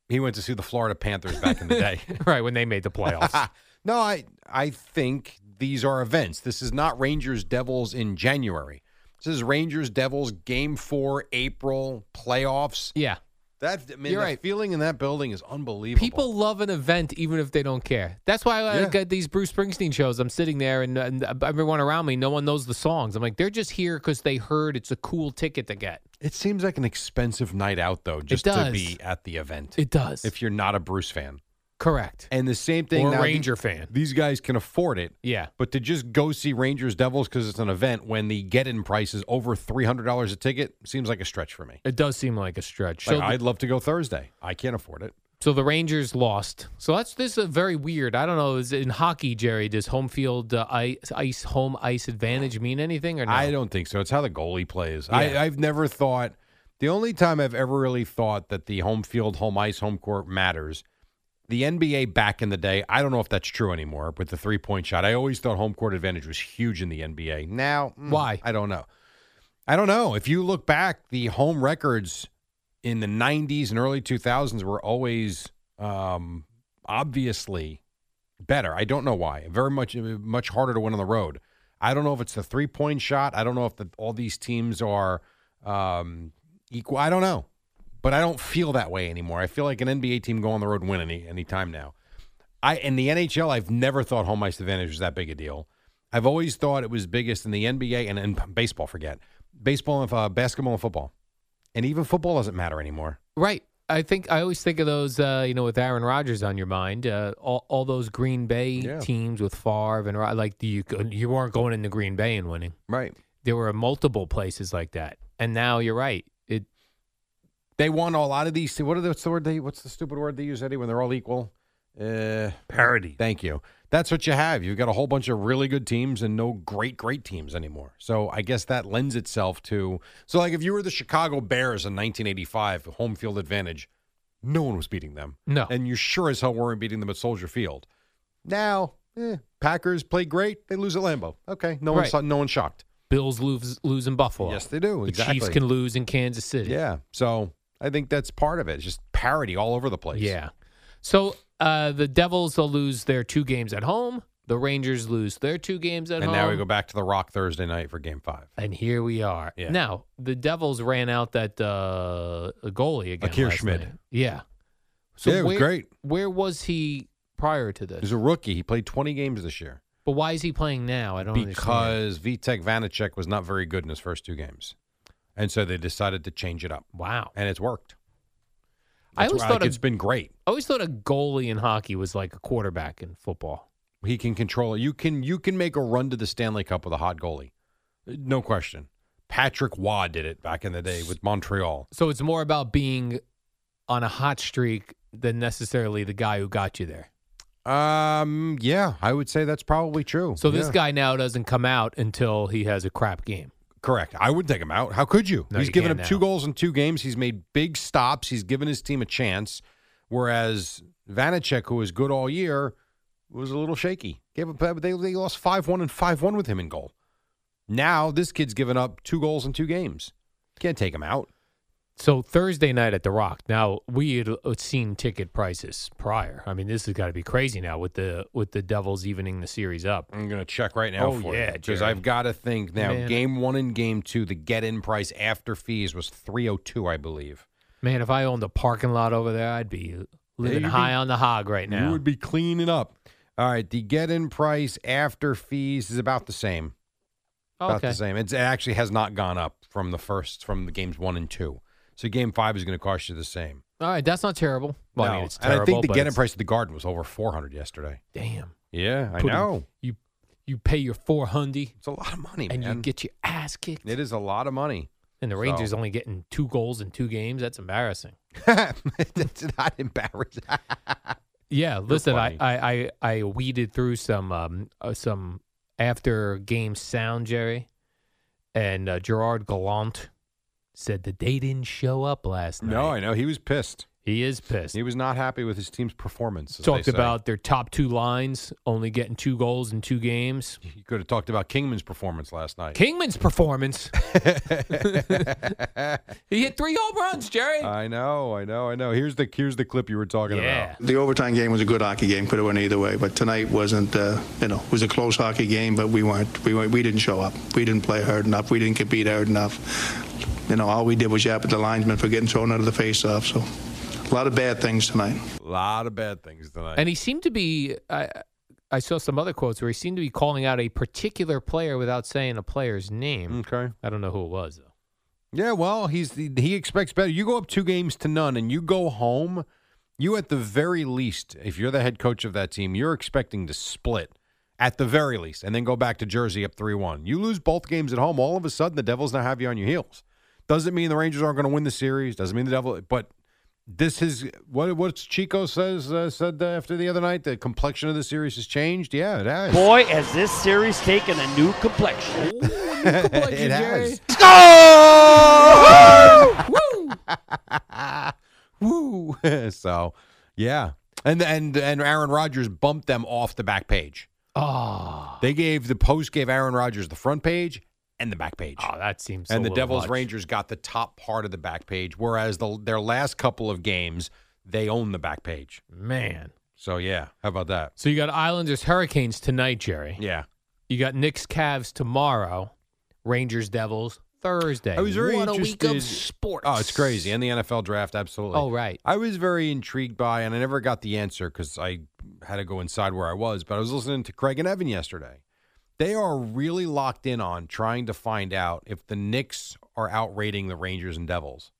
C: He went to see the Florida Panthers back in the day.
B: right when they made the playoffs.
C: no, I I think these are events. This is not Rangers Devils in January. This is Rangers Devils game 4 April playoffs.
B: yeah.
C: That I mean,
B: You're
C: the
B: right.
C: feeling in that building is unbelievable.
B: People love an event even if they don't care. That's why I
C: Yeah.
B: like, at these Bruce Springsteen shows, I'm sitting there and, and everyone around me, no one knows the songs. I'm like, they're just here because they heard it's a cool ticket to get.
C: It seems like an expensive night out though, just to
B: does.
C: be at the event.
B: It does.
C: if you're not a Bruce fan,
B: Correct.
C: And the same thing.
B: Or a
C: now, uh, the-
B: Ranger fan.
C: These guys can afford it.
B: Yeah.
C: But to just go see Rangers Devils because it's an event when the get in price is over three hundred dollars a ticket seems like a stretch for me.
B: It does seem like a stretch.
C: Like,
B: so,
C: I'd love to go Thursday. I can't afford it.
B: so the Rangers lost. So that's this is a very weird. I don't know. Is in hockey, Jerry? Does home field uh, ice, ice home ice advantage mean anything or no?
C: I don't think so. It's how the goalie plays.
B: Yeah.
C: I, I've never thought. The only time I've ever really thought that the home field, home ice, home court matters. The NBA back in the day, I don't know if that's true anymore. With the three point shot, I always thought home court advantage was huge in the NBA. Now, mm,
B: Why?
C: I don't know. I don't know. If you look back, the home records in the '90s and early 2000s were always um, obviously better. I don't know why. Very much much harder to win on the road. I don't know if it's the three point shot. I don't know if the, all these teams are um, equal. I don't know, but I don't feel that way anymore. I feel like an NBA team go on the road and win any any time now. I in the NHL, I've never thought home ice advantage was that big a deal. I've always thought it was biggest in the NBA and, and baseball. Forget baseball and uh, basketball and football, and even football doesn't matter anymore.
B: Right. I think I always think of those, uh, you know, with Aaron Rodgers on your mind, uh, all, all those Green Bay
C: Yeah.
B: teams with Favre and Ro- like you you weren't going into Green Bay and winning.
C: Right.
B: There were multiple places like that, and now you're right. It
C: They won a lot of these. What are the, what's the word they? What's the stupid word they use, Eddie? When they're all equal. Uh,
G: Parody.
C: Thank you. That's what you have. You've got a whole bunch of really good teams and no great, great teams anymore. So I guess that lends itself to. So, like, if you were the Chicago Bears in 1985, home field advantage, no one was beating them.
B: No.
C: And you sure as hell weren't beating them at Soldier Field. Now, eh, Packers play great. They lose at Lambeau. Okay. No
B: Right.
C: one's, no one's shocked.
B: Bills lose lose in Buffalo.
C: Yes, they do.
B: The
C: exactly.
B: Chiefs can lose in Kansas City.
C: Yeah. So I think that's part of it. It's just parody all over the place.
B: Yeah. So uh, the Devils will lose their two games at home. The Rangers lose their two games at
C: And
B: home.
C: now we go back to the Rock Thursday night for game five.
B: And here we are.
C: Yeah.
B: Now the Devils ran out that uh, goalie again.
C: Akir
B: last
C: Schmid.
B: night. Yeah. So
C: Yeah, it was
B: where,
C: great.
B: Where was he prior to this?
C: He's a rookie. He played 20 games this year
B: but why is he playing now? I don't understand.
C: because Vitek Vanacek was not very good in his first two games. And so they decided to change it up.
B: wow.
C: And it's worked.
B: I
C: That's
B: always
C: why,
B: thought
C: like,
B: a-
C: it's been great.
B: I always thought a goalie in hockey was like a quarterback in football.
C: He can control it. You can you can make a run to the Stanley Cup with a hot goalie. No question. Patrick Waugh did it back in the day with Montreal.
B: So it's more about being on a hot streak than necessarily the guy who got you there.
C: Um, yeah, I would say that's probably true.
B: So this
C: Yeah.
B: guy now doesn't come out until he has a crap game.
C: Correct. I would take him out. How could you?
B: No,
C: he's
B: you
C: given up
B: can't
C: two
B: now.
C: goals in two games. He's made big stops. He's given his team a chance. Whereas Vanacek, who was good all year, was a little shaky. Gave up, they, they lost 5 1 and 5 1 with him in goal. Now this kid's given up two goals in two games. Can't take him out.
B: So Thursday night at the Rock. Now we had uh, seen ticket prices prior. I mean, this has got to be crazy now with the with the Devils evening the series up.
C: I'm going to check right now
B: Oh,
C: for
B: yeah,
C: Because
B: Jerry.
C: I've got to think now.
B: Man.
C: Game one and game two, the get in price after fees was 302, I believe.
B: Man, if I owned a parking lot over there, I'd be living
C: you'd be-
B: high on the hog right now.
C: You would be cleaning up. All right, the get-in price after fees is about the same. About
B: okay.
C: the same. It's, it actually has not gone up from the first from the games one and two. So game five is going to cost you the same.
B: All right, that's not terrible. Well, I mean,
C: No.
B: it's
C: and
B: terrible.
C: I think the
B: but
C: get-in
B: it's-
C: price at the Garden was over four hundred yesterday.
B: Damn.
C: Yeah, I
B: Put in-
C: know.
B: You you pay your four hundy
C: It's a lot of money,
B: and
C: man.
B: you get your ass kicked.
C: it is a lot of money.
B: and the Rangers
C: so-
B: only getting two goals in two games. That's embarrassing.
C: it's not embarrassing.
B: Yeah, listen, I,
C: funny.
B: I, I I weeded through some um uh, some after game sound, Jerry, and uh, Gerard Gallant said that they didn't show up last night.
C: no, I know he was pissed.
B: he is pissed.
C: He was not happy with his team's performance. as they
B: Talked
C: say.
B: about their top two lines only getting two goals in two games.
C: You could have talked about Kingman's performance last night.
B: Kingman's performance. he hit three home runs, Jerry.
C: I know, I know, I know. Here's the here's the clip you were talking
B: yeah.
C: Uh, about.
H: The overtime game was a good hockey game. Could have went either way, but tonight wasn't. Uh, you know, it was a close hockey game, but we weren't. We weren't, we didn't show up. We didn't play hard enough. We didn't compete hard enough. You know, all we did was yap at the lineman for getting thrown out of the face-off. So, a lot of bad things tonight.
C: A lot of bad things tonight.
B: And he seemed to be. I I saw some other quotes where he seemed to be calling out a particular player without saying a player's name.
C: okay.
B: I don't know who it was though.
C: Yeah, well, he's he expects better. You go up two games to none, and you go home, You, at the very least, if you're the head coach of that team, you're expecting to split at the very least and then go back to Jersey up 3 1. You lose both games at home, all of a sudden the Devils now have you on your heels. Doesn't mean the Rangers aren't going to win the series. Doesn't mean the Devil, but this is what what's Chico says uh, said after the other night. The complexion of the series has changed. Yeah, it has.
I: Boy, has this series taken a new complexion.
C: it has. Woo! so, yeah, and and and Aaron Rodgers bumped them off the back page.
B: Oh,
C: they gave the post gave Aaron Rodgers the front page and the back page.
B: Oh, that seems.
C: And
B: a
C: the
B: little
C: Devils
B: much.
C: Rangers got the top part of the back page, whereas the their last couple of games they own the back page.
B: Man.
C: So yeah, how about that?
B: So you got Islanders Hurricanes tonight, Jerry.
C: Yeah.
B: You got Knicks Cavs tomorrow, Rangers Devils Thursday.
C: I was very
B: what
C: interested.
B: a week of sports.
C: Oh, it's crazy. And the NFL draft, absolutely.
B: Oh, right.
C: I was very intrigued by, and I never got the answer because I had to go inside where I was, but I was listening to Craig and Evan yesterday. They are really locked in on trying to find out if the Knicks are outrating the Rangers and Devils.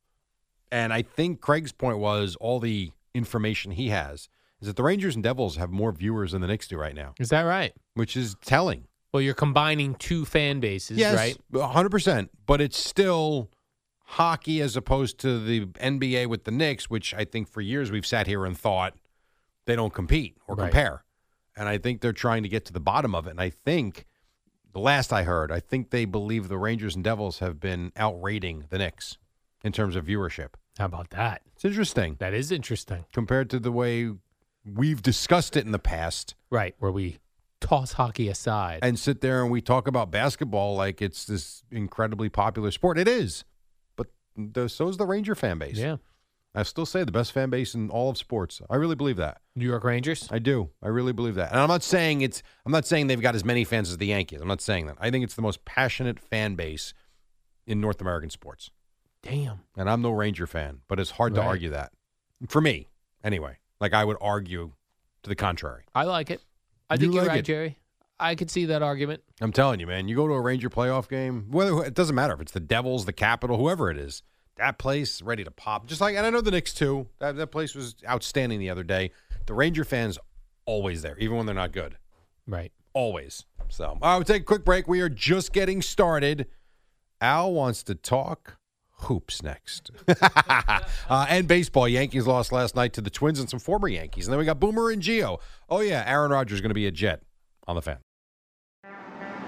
C: And I think Craig's point was all the information he has is that the Rangers and Devils have more viewers than the Knicks do right now,
B: Is that right?
C: which is telling.
B: Well, you're combining two fan bases,
C: yes,
B: right?
C: 100%. But it's still hockey as opposed to the NBA with the Knicks, which I think for years we've sat here and thought they don't compete or
B: Right.
C: compare. And I think they're trying to get to the bottom of it. And I think, the last I heard, I think they believe the Rangers and Devils have been outrating the Knicks in terms of viewership.
B: How about that?
C: It's interesting
B: That is interesting.
C: compared to the way we've discussed it in the past
B: Right, where we toss hockey aside.
C: and sit there and we talk about basketball like it's this incredibly popular sport. It is, but the, so is the Ranger fan base.
B: yeah.
C: I still say the best fan base in all of sports. I really believe that.
B: New York Rangers?
C: I do. I really believe that. And I'm not saying it's. I'm not saying they've got as many fans as the Yankees. I'm not saying that. I think it's the most passionate fan base in North American sports.
B: Damn.
C: And I'm no Ranger fan, but it's hard to
B: Right.
C: argue that for me, anyway. Like I would argue to the contrary.
B: I like it. I
C: You
B: think you're
C: like
B: right,
C: it.
B: Jerry. I could see that argument.
C: I'm telling you, man. You go to a Ranger playoff game, whether it doesn't matter if it's the Devils, the Capitol, whoever it is, that place ready to pop. Just like, and I know the Knicks too. That that place was outstanding the other day. The Ranger fans always there, even when they're not good,
B: Right.
C: always. So, all right, we'll take a quick break. We are just getting started. Al wants to talk hoops next, uh, and baseball. Yankees lost last night to the Twins and some former Yankees, and then we got Boomer and Geo. Oh yeah, Aaron Rodgers going to be a Jet on the fan.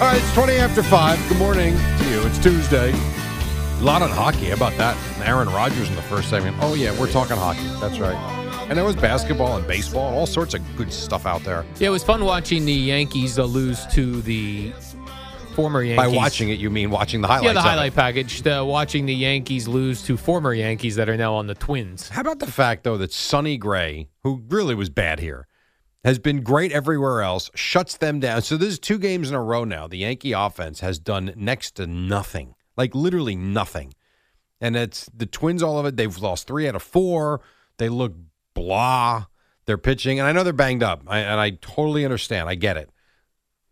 C: All right, it's 20 after 5. Good morning to you. It's Tuesday. A lot on hockey. How about that? Aaron Rodgers in the first segment. Oh, yeah, we're talking hockey. That's right. And there was basketball and baseball and all sorts of good stuff out there.
B: Yeah, it was fun watching the Yankees uh, lose to the former Yankees.
C: By watching it, you mean watching the highlights.
B: yeah, the
C: of it.
B: highlight package. Uh, watching the Yankees lose to former Yankees that are now on the Twins.
C: How about the fact, though, that Sonny Gray, who really was bad here, has been great everywhere else, shuts them down. So there's two games in a row now. The Yankee offense has done next to nothing, like literally nothing. And it's the Twins, all of it. They've lost three out of four. They look blah. They're pitching. And I know they're banged up, I, and I totally understand. I get it.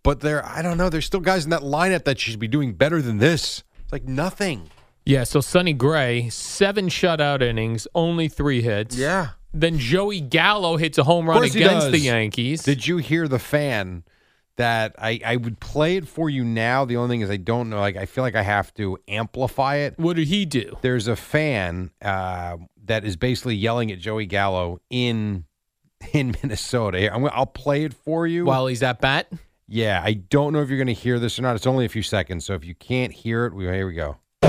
C: But there, I don't know. There's still guys in that lineup that should be doing better than this. It's like nothing.
B: Yeah, so Sonny Gray, seven shutout innings, only three hits.
C: Yeah.
B: Then Joey Gallo hits a home run
C: course he
B: against the
C: does.
B: Yankees.
C: Did you hear the fan that I, I would play it for you now? The only thing is I don't know. Like I feel like I have to amplify it.
B: what did he do?
C: There's a fan uh, that is basically yelling at Joey Gallo in in Minnesota. I'm, gonna- I'll play it for you.
B: While he's at bat?
C: yeah, I don't know if you're going to hear this or not. It's only a few seconds, so if you can't hear it, we, here we go.
B: I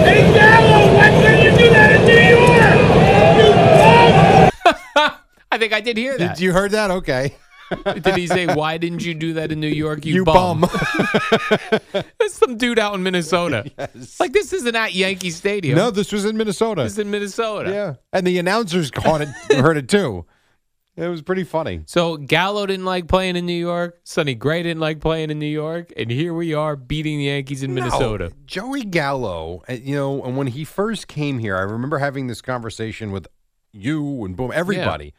B: think I did hear that. Uh,
C: Did you heard that? Okay.
B: Did he say, "Why didn't you do that in New York? You,
C: You
B: bum." That's some dude out in Minnesota. Like this isn't at Yankee Stadium.
C: No, this was in Minnesota.
B: this is in Minnesota.
C: Yeah, and the announcers caught it, heard it too. It was pretty funny.
B: So Gallo didn't like playing in New York. Sonny Gray didn't like playing in New York, and here we are beating the Yankees in Minnesota.
C: No, Oh, Joey Gallo, uh, you know, and when he first came here, I remember having this conversation with you and boom, everybody.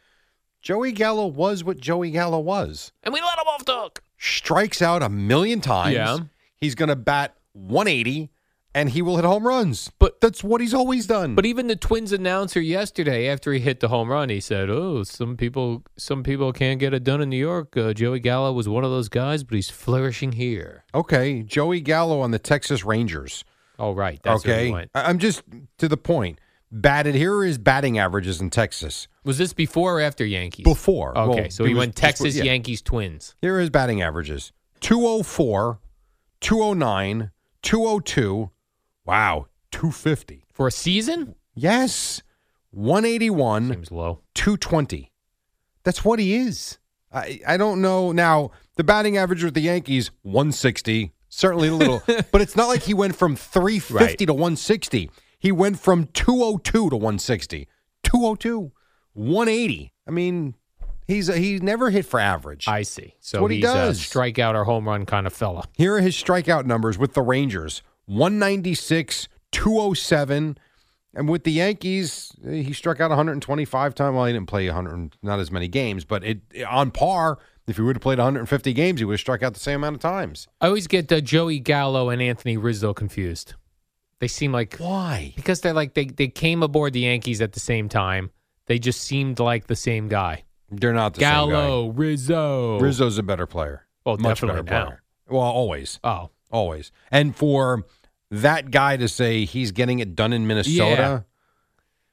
C: Joey Gallo was what Joey Gallo was.
B: And we let him off the hook.
C: Strikes out a million times.
B: Yeah.
C: He's going to bat 180 and he will hit home runs. But that's what he's always done.
B: But even the Twins announcer yesterday, after he hit the home run, he said, "Oh, some people, some people can't get it done in New York. Uh, Joey Gallo was one of those guys, but he's flourishing here."
C: Okay, Joey Gallo on the Texas Rangers.
B: Oh, right. That's where he
C: okay.
B: went.
C: I- I'm just to the point. Batted here are his batting averages in Texas.
B: Was this before or after Yankees?
C: Before.
B: Okay,
C: Well,
B: so
C: it
B: he
C: was
B: went
C: just-
B: Texas,
C: yeah.
B: Yankees, Twins.
C: Here are his batting averages 204, 209, 202. Wow, 250.
B: For a season?
C: Yes. 181.
B: Seems low.
C: 220. That's what he is. I, I don't know. Now, the batting average with the Yankees, 160. Certainly a little. but it's not like he went from 350 to 160. He went from 202 to 160. 202. 180. I mean, he's a, he never hit for average.
B: I see. So
C: what he
B: he's
C: does.
B: a strikeout or home run kind of fella.
C: Here are his strikeout numbers with the Rangers 196, 207. And with the Yankees, eh, he struck out 125 times. Well, he didn't play 100, and not as many games, but it on par. If he would have played 150 games, he would have struck out the same amount of times.
B: I always get uh, Joey Gallo and Anthony Rizzo confused. They seem like
C: Why?
B: because they're like they they came aboard the Yankees at the same time. They just seemed like the same guy.
C: They're not the
B: Gallo, Rizzo,
C: same guy. Rizzo's a better player.
B: Well,
C: much better
B: definitely now.
C: player. Well, always,
B: Oh,
C: always. And for that guy to say he's getting it done in Minnesota,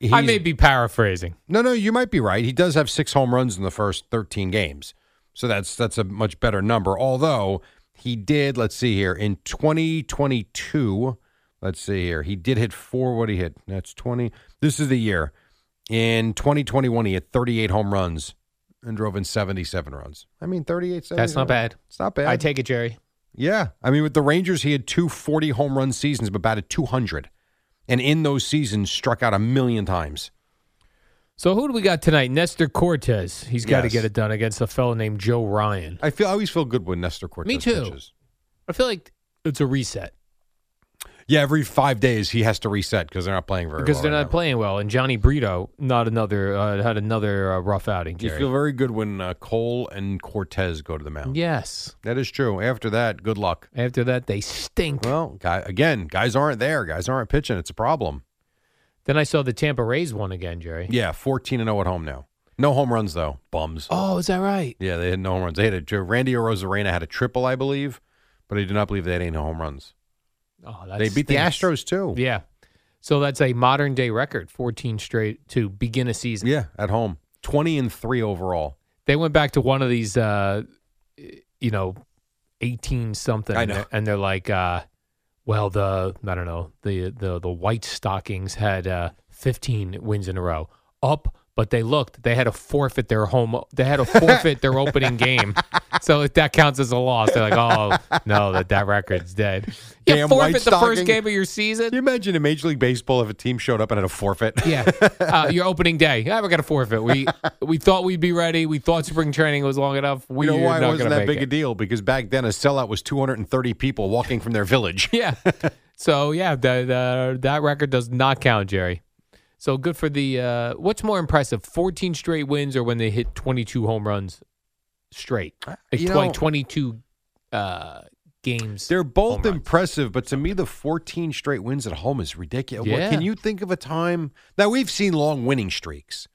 B: I
C: he's-
B: may be paraphrasing.
C: No, no, you might be right. He does have six home runs in the first 13 games. So that's that's a much better number. Although he did, let's see here, in 2022, let's see here, he did hit four. What he hit? That's 20. This is the year. In 2021, he had 38 home runs and drove in 77 runs. I mean, 38,
B: That's not
C: 77.
B: bad.
C: It's not bad.
B: I take it, Jerry.
C: Yeah. I mean, with the Rangers, he had two 40 home run seasons, but batted 200. And in those seasons, struck out a million times.
B: So who do we got tonight? Nestor Cortez. He's got
C: Yes.
B: to get it done against a fellow named Joe Ryan.
C: I feel I always feel good when Nestor Cortez
B: Me too.
C: pitches.
B: I feel like it's a reset
C: Yeah, every five days he has to reset because they're not playing very
B: because
C: well.
B: they're
C: right
B: not playing well. And Johnny Brito not another uh, had another uh, rough outing.
C: now. You
B: Jerry.
C: feel very good when uh, Cole and Cortez go to the mound.
B: yes.
C: That is true. After that, good luck.
B: After that, they stink.
C: Well, guy, again, guys aren't there. Guys aren't pitching. It's a problem.
B: Then I saw the Tampa Rays one again, Jerry.
C: Yeah, 14 and 0 at home now. No home runs, though. Bums.
B: Oh, is that right?
C: Yeah, they had no home runs. They had a, Randy Rosarena had a triple, I believe, but I do not believe they had any home runs.
B: Oh, that
C: they beat the
B: stinks.
C: Astros, too.
B: Yeah. So that's a modern day record, 14 straight to begin a season.
C: Yeah, at home. 20 and 3 overall.
B: They went back to one of these, uh, you know, 18 something.
C: I
B: and
C: know.
B: they're- And they're like, uh, well, the, I don't know, the, the, the White Stockings had uh, 15 wins in a row up, but they looked, they had to forfeit their home, they had to forfeit their opening game. So if that counts as a loss, they're like, oh, no, that, that record's dead. You
C: Damn
B: forfeit
C: White
B: the
C: Stocking.
B: first game of your season?
C: Can you imagine in Major League Baseball if a team showed up and had a forfeit?
B: Yeah, uh, your opening day. Ah, we're gonna forfeit. We we thought we'd be ready. We thought spring training was long enough. We
C: you know
B: are
C: why it
B: not
C: wasn't
B: gonna
C: that
B: make
C: big a
B: it.
C: deal? Because back then a sellout was 230 people walking from their village.
B: Yeah. so yeah, the, the, that record does not count, Jerry. So good for the. Uh, what's more impressive, fourteen straight wins, or when they hit twenty-two home runs straight? Like,
C: Uh, you
B: twen-
C: know-
B: twenty-two uh, games.
C: They're both
B: home runs.
C: impressive, but to me, the 14 straight wins at home is ridiculous. What-
B: Yeah.
C: Can you think of a time? Now, we've seen long winning streaks,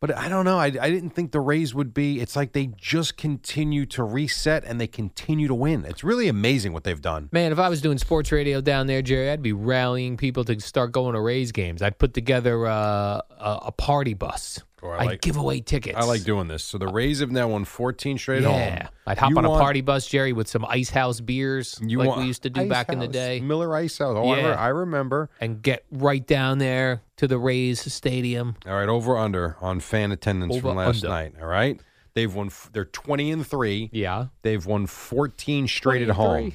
C: but I don't know. I, I didn't think the Rays would be. It's like they just continue to reset and they continue to win. It's really amazing what they've done.
B: Man, if I was doing sports radio down there, Jerry, I'd be rallying people to start going to Rays games. I'd put together uh, a, a party bus.
C: Oh, I
B: I'd
C: like-
B: give away tickets.
C: I like doing this. So the Rays have now won 14 straight at home.
B: Yeah, I'd hop
C: You
B: on a
C: want-
B: party bus, Jerry, with some ice house beers
C: You
B: like
C: want-
B: we used to do
C: Ice
B: back in the
C: House,
B: day,
C: Miller Ice House. Oh, I
B: Yeah.
C: re- I remember.
B: and get right down there to the Rays stadium.
C: All right, over under on fan attendance
B: Over,
C: from last
B: under.
C: night. All right. They've won. f- They're twenty and three.
B: Yeah.
C: They've won fourteen straight at home.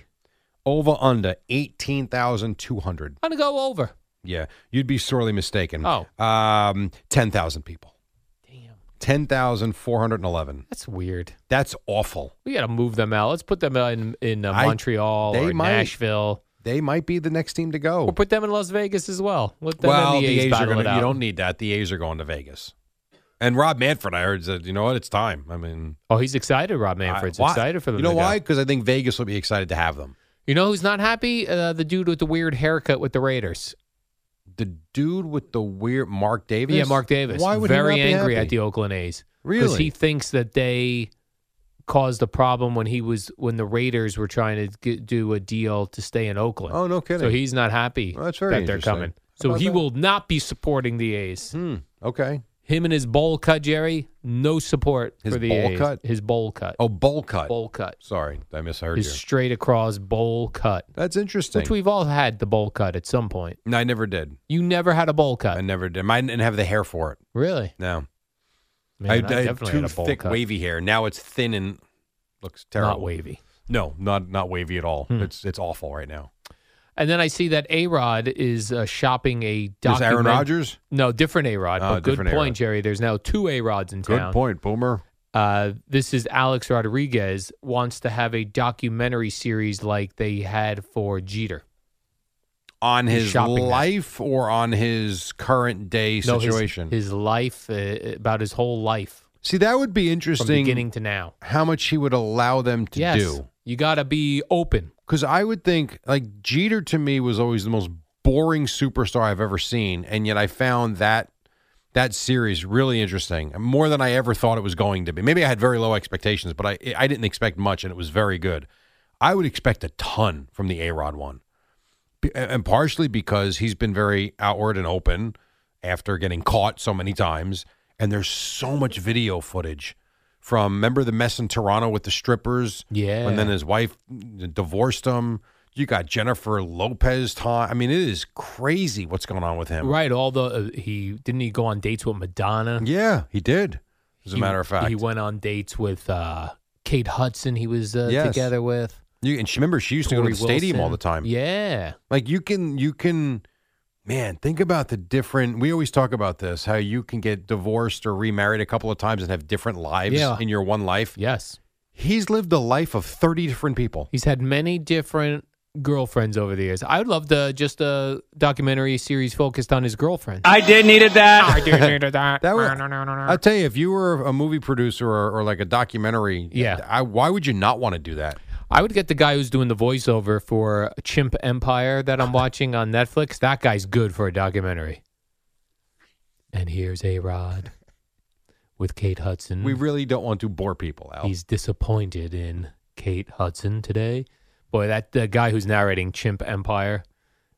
C: Over under eighteen thousand two hundred.
B: I'm going to go over.
C: Yeah, you'd be sorely mistaken.
B: Oh.
C: Um, 10,000 people. Damn. 10,411.
B: That's weird.
C: That's awful.
B: We got to move them out. Let's put them out in, in uh,
C: I-
B: Montreal
C: they
B: or
C: might.
B: Nashville.
C: They might be the next team to go.
B: Or put them in Las Vegas as well. Let them
C: well,
B: and the A's,
C: are
B: battle
C: going
B: it
C: to,
B: out.
C: you don't need that. The A's are going to Vegas. And Rob Manfred, I heard, said, you know what? It's time. I mean,
B: oh, he's excited, Rob Manfred's excited for them
C: You know
B: to go.
C: why? Because I think Vegas will be excited to have them.
B: You know who's not happy? Uh, the dude with the weird haircut with the Raiders.
C: The dude with the weird Mark Davis?
B: Yeah, Mark Davis.
C: Why would he
B: very
C: not be
B: angry
C: happy?
B: at the Oakland A's because
C: Really?
B: he thinks that they caused a problem when he was when the Raiders were trying to get, do a deal to stay in Oakland.
C: Oh, no kidding.
B: So he's not happy
C: Well, that's very
B: that they're
C: interesting.
B: coming.
C: How
B: So
C: about
B: he
C: that?
B: will not be supporting the A's.
C: Hmm, Okay.
B: Him and his bowl cut, Jerry, no support
C: His
B: for the
C: bowl
B: A's.
C: cut?
B: His bowl cut.
C: Oh, bowl cut.
B: Bowl cut.
C: Sorry, I misheard
B: His
C: you.
B: straight across bowl cut,
C: That's interesting.
B: which we've all had the bowl cut at some point.
C: no, I never did.
B: You never had a bowl cut.
C: I never did. Mine didn't have the hair for it.
B: Really?
C: No.
B: Man, I definitely had
C: too
B: a bowl
C: thick,
B: cut.
C: wavy hair. Now it's thin and looks terrible.
B: Not wavy. Hmm.
C: No, not not wavy at all. It's it's awful right now.
B: And then I see that A Rod is uh, shopping a
C: Is
B: document.
C: Aaron Rodgers?
B: No, different A Rod.
C: Ah,
B: but good
C: different
B: point,
C: A-Rod.
B: Jerry. There's now two A Rods in
C: Good
B: town.
C: point, Boomer.
B: Uh, this is Alex Rodriguez wants to have a documentary series like they had for Jeter.
C: On
B: He's
C: his
B: shopping now.
C: life or on his current day
B: No, his-
C: situation.
B: his, life, uh, about his whole life
C: See, that would be
B: from
C: interesting.
B: beginning to now.
C: how much he would allow them to
B: yes,
C: do.
B: you got to be open.
C: Because I would think, like, Jeter to me was always the most boring superstar I've ever seen. And yet I found that that series really interesting, more than I ever thought it was going to be. Maybe I had very low expectations, but I, I didn't expect much, and it was very good. I would expect a ton from the A Rod one. Be- And partially because he's been very outward and open after getting caught so many times. And there's so much video footage from, remember the mess in Toronto with the strippers?
B: Yeah.
C: And then his wife divorced him. You got Jennifer Lopez time. I mean, it is crazy what's going on with him.
B: Right. All the uh, he didn't he go on dates with Madonna.
C: Yeah, he did. As a
B: He-
C: matter of fact,
B: he went on dates with uh, Kate Hudson. He was uh,
C: Yes.
B: together with.
C: You, and she, remember, she used to go to
B: Tori
C: the stadium all the
B: Wilson.
C: time.
B: Yeah.
C: Like you can, you can, man. Think about the different. We always talk about this. How you can get divorced or remarried a couple of times and have different lives
B: Yeah.
C: in your one life.
B: Yes.
C: He's lived a life of thirty different people.
B: He's had many different girlfriends over the years. I would love to just a documentary series focused on his girlfriend.
I: I did needed that. I
B: did needed that.
C: That would, I tell you, if you were a movie producer or, or like a documentary,
B: Yeah.
C: I, why would you not want to do that?
B: I would get the guy who's doing the voiceover for Chimp Empire that I'm watching on Netflix. That guy's good for a documentary. And here's A Rod with Kate Hudson.
C: We really don't want to bore people out.
B: Mm. He's disappointed in Kate Hudson today. Boy, that the guy who's narrating Chimp Empire,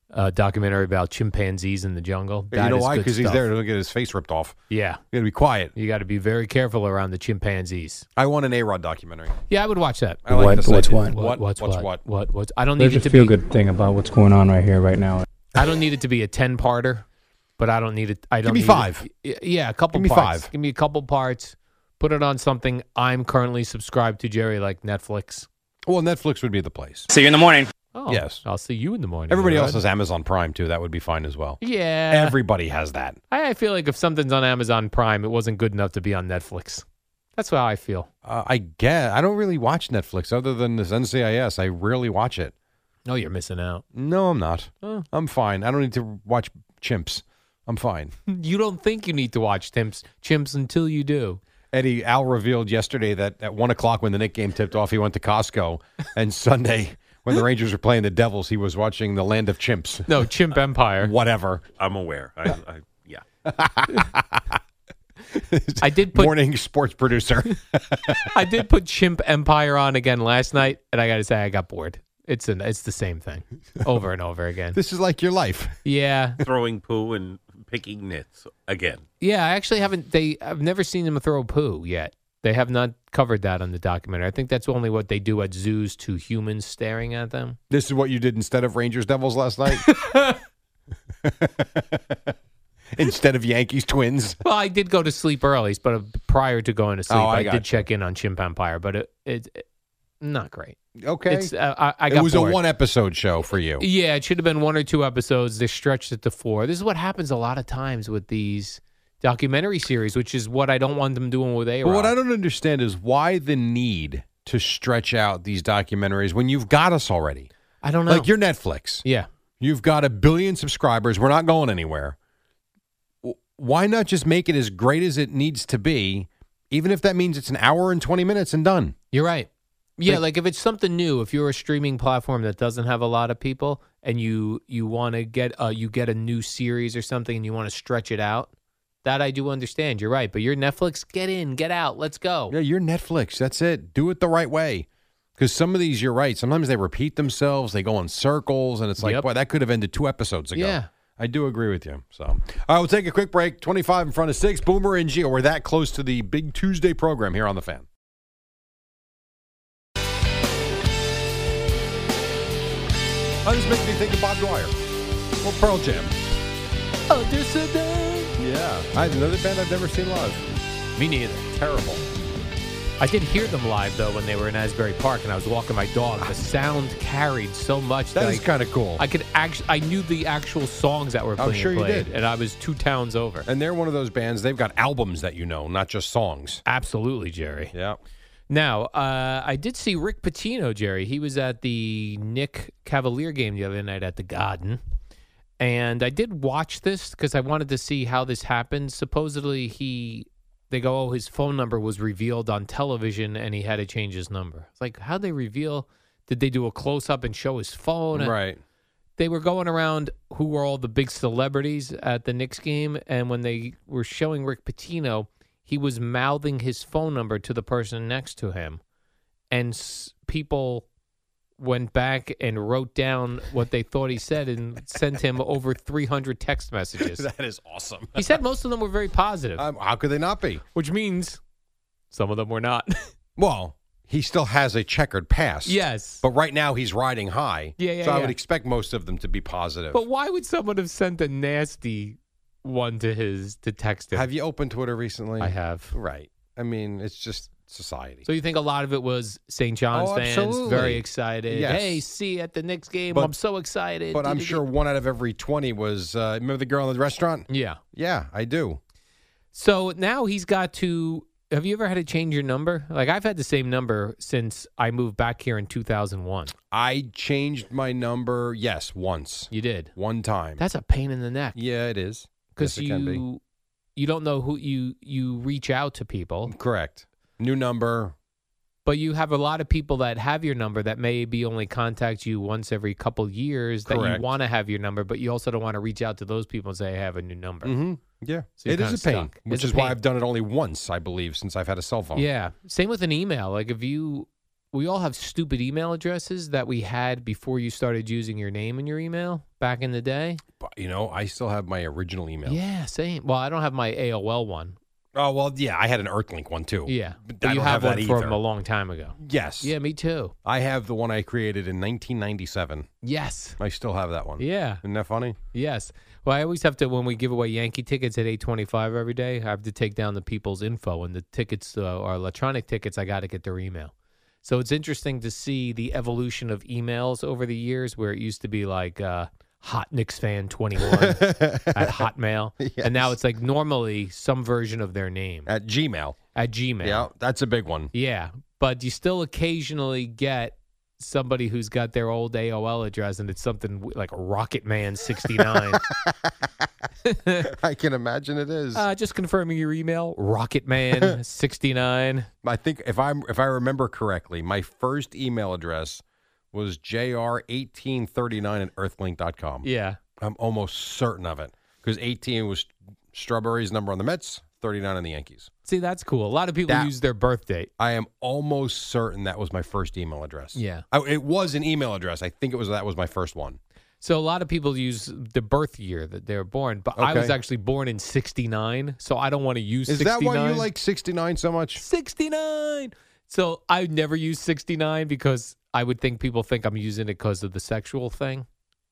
B: a documentary about chimpanzees in the jungle.
C: you
B: that
C: know
B: is
C: why?
B: good
C: he's
B: stuff.
C: there to get his face ripped off.
B: Yeah,
C: You got to be quiet.
B: you got to be very careful around the chimpanzees.
C: I want an A Rod documentary.
B: Yeah, I would watch that.
C: I like
J: What-
C: this
J: what's
C: idea.
J: what?
C: What?
B: what's
C: what's
B: what?
C: what?
B: What? What's? I don't need
J: There's
B: it
J: a
B: to be.
J: feel good thing about what's going on right here, right now.
B: I don't need it to be a ten-parter, but I don't need it. I don't
C: me
B: need it-
C: five.
B: y- yeah, a couple.
C: Give me
B: parts.
C: five.
B: Give me a couple parts. Put it on something I'm currently subscribed to, Jerry, like Netflix.
C: Well, Netflix would be the place.
I: See you in the morning.
B: Oh,
C: Yes.
B: I'll see you in the morning.
C: Everybody
B: A-Rod.
C: else has Amazon Prime too. That would be fine as well.
B: Yeah.
C: Everybody has that.
B: I I feel like if something's on Amazon Prime, it wasn't good enough to be on Netflix. That's how I feel.
C: Uh, I get. I don't really watch Netflix other than this NCIS. I rarely watch it.
B: No, you're missing out.
C: No, I'm not.
B: Oh.
C: I'm fine. I don't need to watch chimps. I'm fine.
B: You don't think you need to watch Timps, Chimps until you do.
C: Eddie Al revealed yesterday that at one o'clock when the Nick game tipped off, he went to Costco, and Sunday when the Rangers were playing the Devils, he was watching the Land of Chimps.
B: No, Chimp Empire.
C: Whatever.
K: I'm aware. I, I yeah.
B: I did put
C: Morning sports producer.
B: I did put Chimp Empire on again last night, and I got to say I got bored. It's an it's the same thing over and over again.
C: this is like your life.
B: Yeah,
K: Throwing poo and picking nits again.
B: yeah. I actually haven't. They I've never seen them throw poo yet. They have not covered that on the documentary. I think that's only what they do at zoos to humans staring at them.
C: This is what you did instead of Rangers Devils last night. instead of Yankees Twins.
B: Well, I did go to sleep early, but uh, prior to going to sleep,
C: Oh, I
B: I,
C: got
B: did
C: you.
B: check in on Chimp Empire, but it, it, it- not great.
C: Okay.
B: It's, uh, I, I got
C: it was
B: bored.
C: a one episode show for you.
B: Yeah, it should have been one or two episodes. They stretched it to four. This is what happens a lot of times with these documentary series, which is what I don't want them doing with A.
C: But what I don't understand is why the need to stretch out these documentaries when you've got us already.
B: I don't know.
C: Like you're Netflix.
B: Yeah.
C: You've got a billion subscribers. We're not going anywhere. W- Why not just make it as great as it needs to be, even if that means it's an hour and 20 minutes and done?
B: You're right. Yeah,
C: Like-
B: like, if it's something new, if you're a streaming platform that doesn't have a lot of people, and you you want to get uh, you get a new series or something, and you want to stretch it out, that I do understand. You're right, but your Netflix, get in, get out, let's go.
C: Yeah, you're Netflix. That's it. Do it the right way. Because some of these, you're right. Sometimes they repeat themselves. They go in circles, and it's like,
B: Yep.
C: boy, that could have ended two episodes ago.
B: Yeah.
C: I do agree with you. So, all right, we'll take a quick break. 25 in front of six. Boomer and Gio. We're that close to the big Tuesday program here on the fan. That just makes me think of Bob Dwyer. Well, Pearl Jam.
B: Oh, there's a day.
C: Yeah. I another band I've never seen live.
B: Me neither.
C: Terrible.
B: I did hear them live though when they were in Asbury Park, and I was walking my dog. The sound carried so much
C: Ah. That
B: that
C: is
B: I-
C: kind of cool.
B: I could actually I knew the actual songs that were
C: I'm
B: being
C: sure you
B: played,
C: did.
B: and I was two towns over.
C: and they're one of those bands. They've got albums that you know, not just songs.
B: Absolutely, Jerry.
C: Yeah.
B: Now, uh, I did see Rick Pitino, Jerry. He was at the Nick Cavalier game the other night at the Garden. And I did watch this because I wanted to see how this happened. Supposedly, he, they go, oh, his phone number was revealed on television and he had to change his number. It's like, how'd they reveal? Did they do a close up and show his phone?
C: Right.
B: they were going around who were all the big celebrities at the Knicks game, and when they were showing Rick Pitino, he was mouthing his phone number to the person next to him, and s- people went back and wrote down what they thought he said and sent him over 300 text messages.
C: that is awesome.
B: He said most of them were very positive,
C: Um, how could they not be?
B: Uh, which means some of them were not.
C: Well, he still has a checkered past.
B: Yes.
C: But right now he's riding high.
B: Yeah, yeah,
C: So I
B: yeah.
C: would expect most of them to be positive.
B: but why would someone have sent a nasty one to his to text him?
C: have you opened Twitter recently?
B: I have.
C: Right. I mean, it's just society.
B: So you think a lot of it was St. John's
C: Oh,
B: fans
C: absolutely.
B: very excited?
C: Yes.
B: Hey, see you at the next game.
C: But-
B: I'm so excited.
C: but I'm sure one out of every 20 was uh, remember the girl in the restaurant?
B: Yeah.
C: Yeah, I do.
B: So now he's got to. Have you ever had to change your number? Like I've had the same number since I moved back here in 2001.
C: I changed my number, yes, once.
B: You did.
C: One time.
B: That's a pain in the neck
C: yeah, it is.
B: because
C: Yes, it
B: you
C: can be.
B: you don't know who you you reach out to people,
C: Correct. New number.
B: but you have a lot of people that have your number that maybe only contact you once every couple years that
C: Correct.
B: you want to have your number, but you also don't want to reach out to those people and say I have a new number.
C: Mm-hmm. Yeah.
B: So you're
C: it is a
B: kinda
C: pain,
B: stuck.
C: which
B: It's a
C: is why
B: pain.
C: I've done it only once, I believe, since I've had a cell phone.
B: Yeah. Same with an email. Like if you, we all have stupid email addresses that we had before you started using your name in your email back in the day.
C: But, you know, I still have my original email.
B: Yeah. Same. Well, I don't have my AOL one.
C: Oh well, yeah, I had an Earthlink one too.
B: Yeah.
C: but
B: But
C: I
B: you
C: don't
B: have,
C: have,
B: one
C: that either.
B: from a long time ago.
C: yes,
B: Yeah. Me too.
C: I have the one I created in 1997.
B: Yes.
C: I still have that one.
B: Yeah.
C: Isn't that funny?
B: Yes. Well, I always have to when we give away Yankee tickets at eight twenty-five every day. I have to take down the people's info, and the tickets uh, are electronic tickets. I got to get their email. So it's interesting to see the evolution of emails over the years, where it used to be like uh, Hot Knicks fan twenty-one at Hotmail, and now it's like normally some version of their name
C: At Gmail.
B: at Gmail.
C: Yeah, that's a big one.
B: Yeah, but you still occasionally get somebody who's got their old AOL address and it's something w- like Rocket Man 69.
C: I can imagine it is.
B: uh, just confirming your email, Rocket Man 69.
C: I think if I'm if I remember correctly, my first email address was jr1839 at earthlink.com.
B: Yeah.
C: I'm almost certain of it because 18 was Strawberry's number on the Mets, 39 on the Yankees.
B: See, that's cool. A lot of people
C: That-
B: use their birth date.
C: I am almost certain that was my first email address.
B: Yeah.
C: I, it was an email address. I think it was that was my first one.
B: So a lot of people use the birth year that they were born, but I
C: Okay.
B: was actually born in 69, so I don't want to use
C: Is
B: 69.
C: that why you like 69 so much?
B: 69? So I would never use 69 because I would think people think I'm using it because of the sexual thing.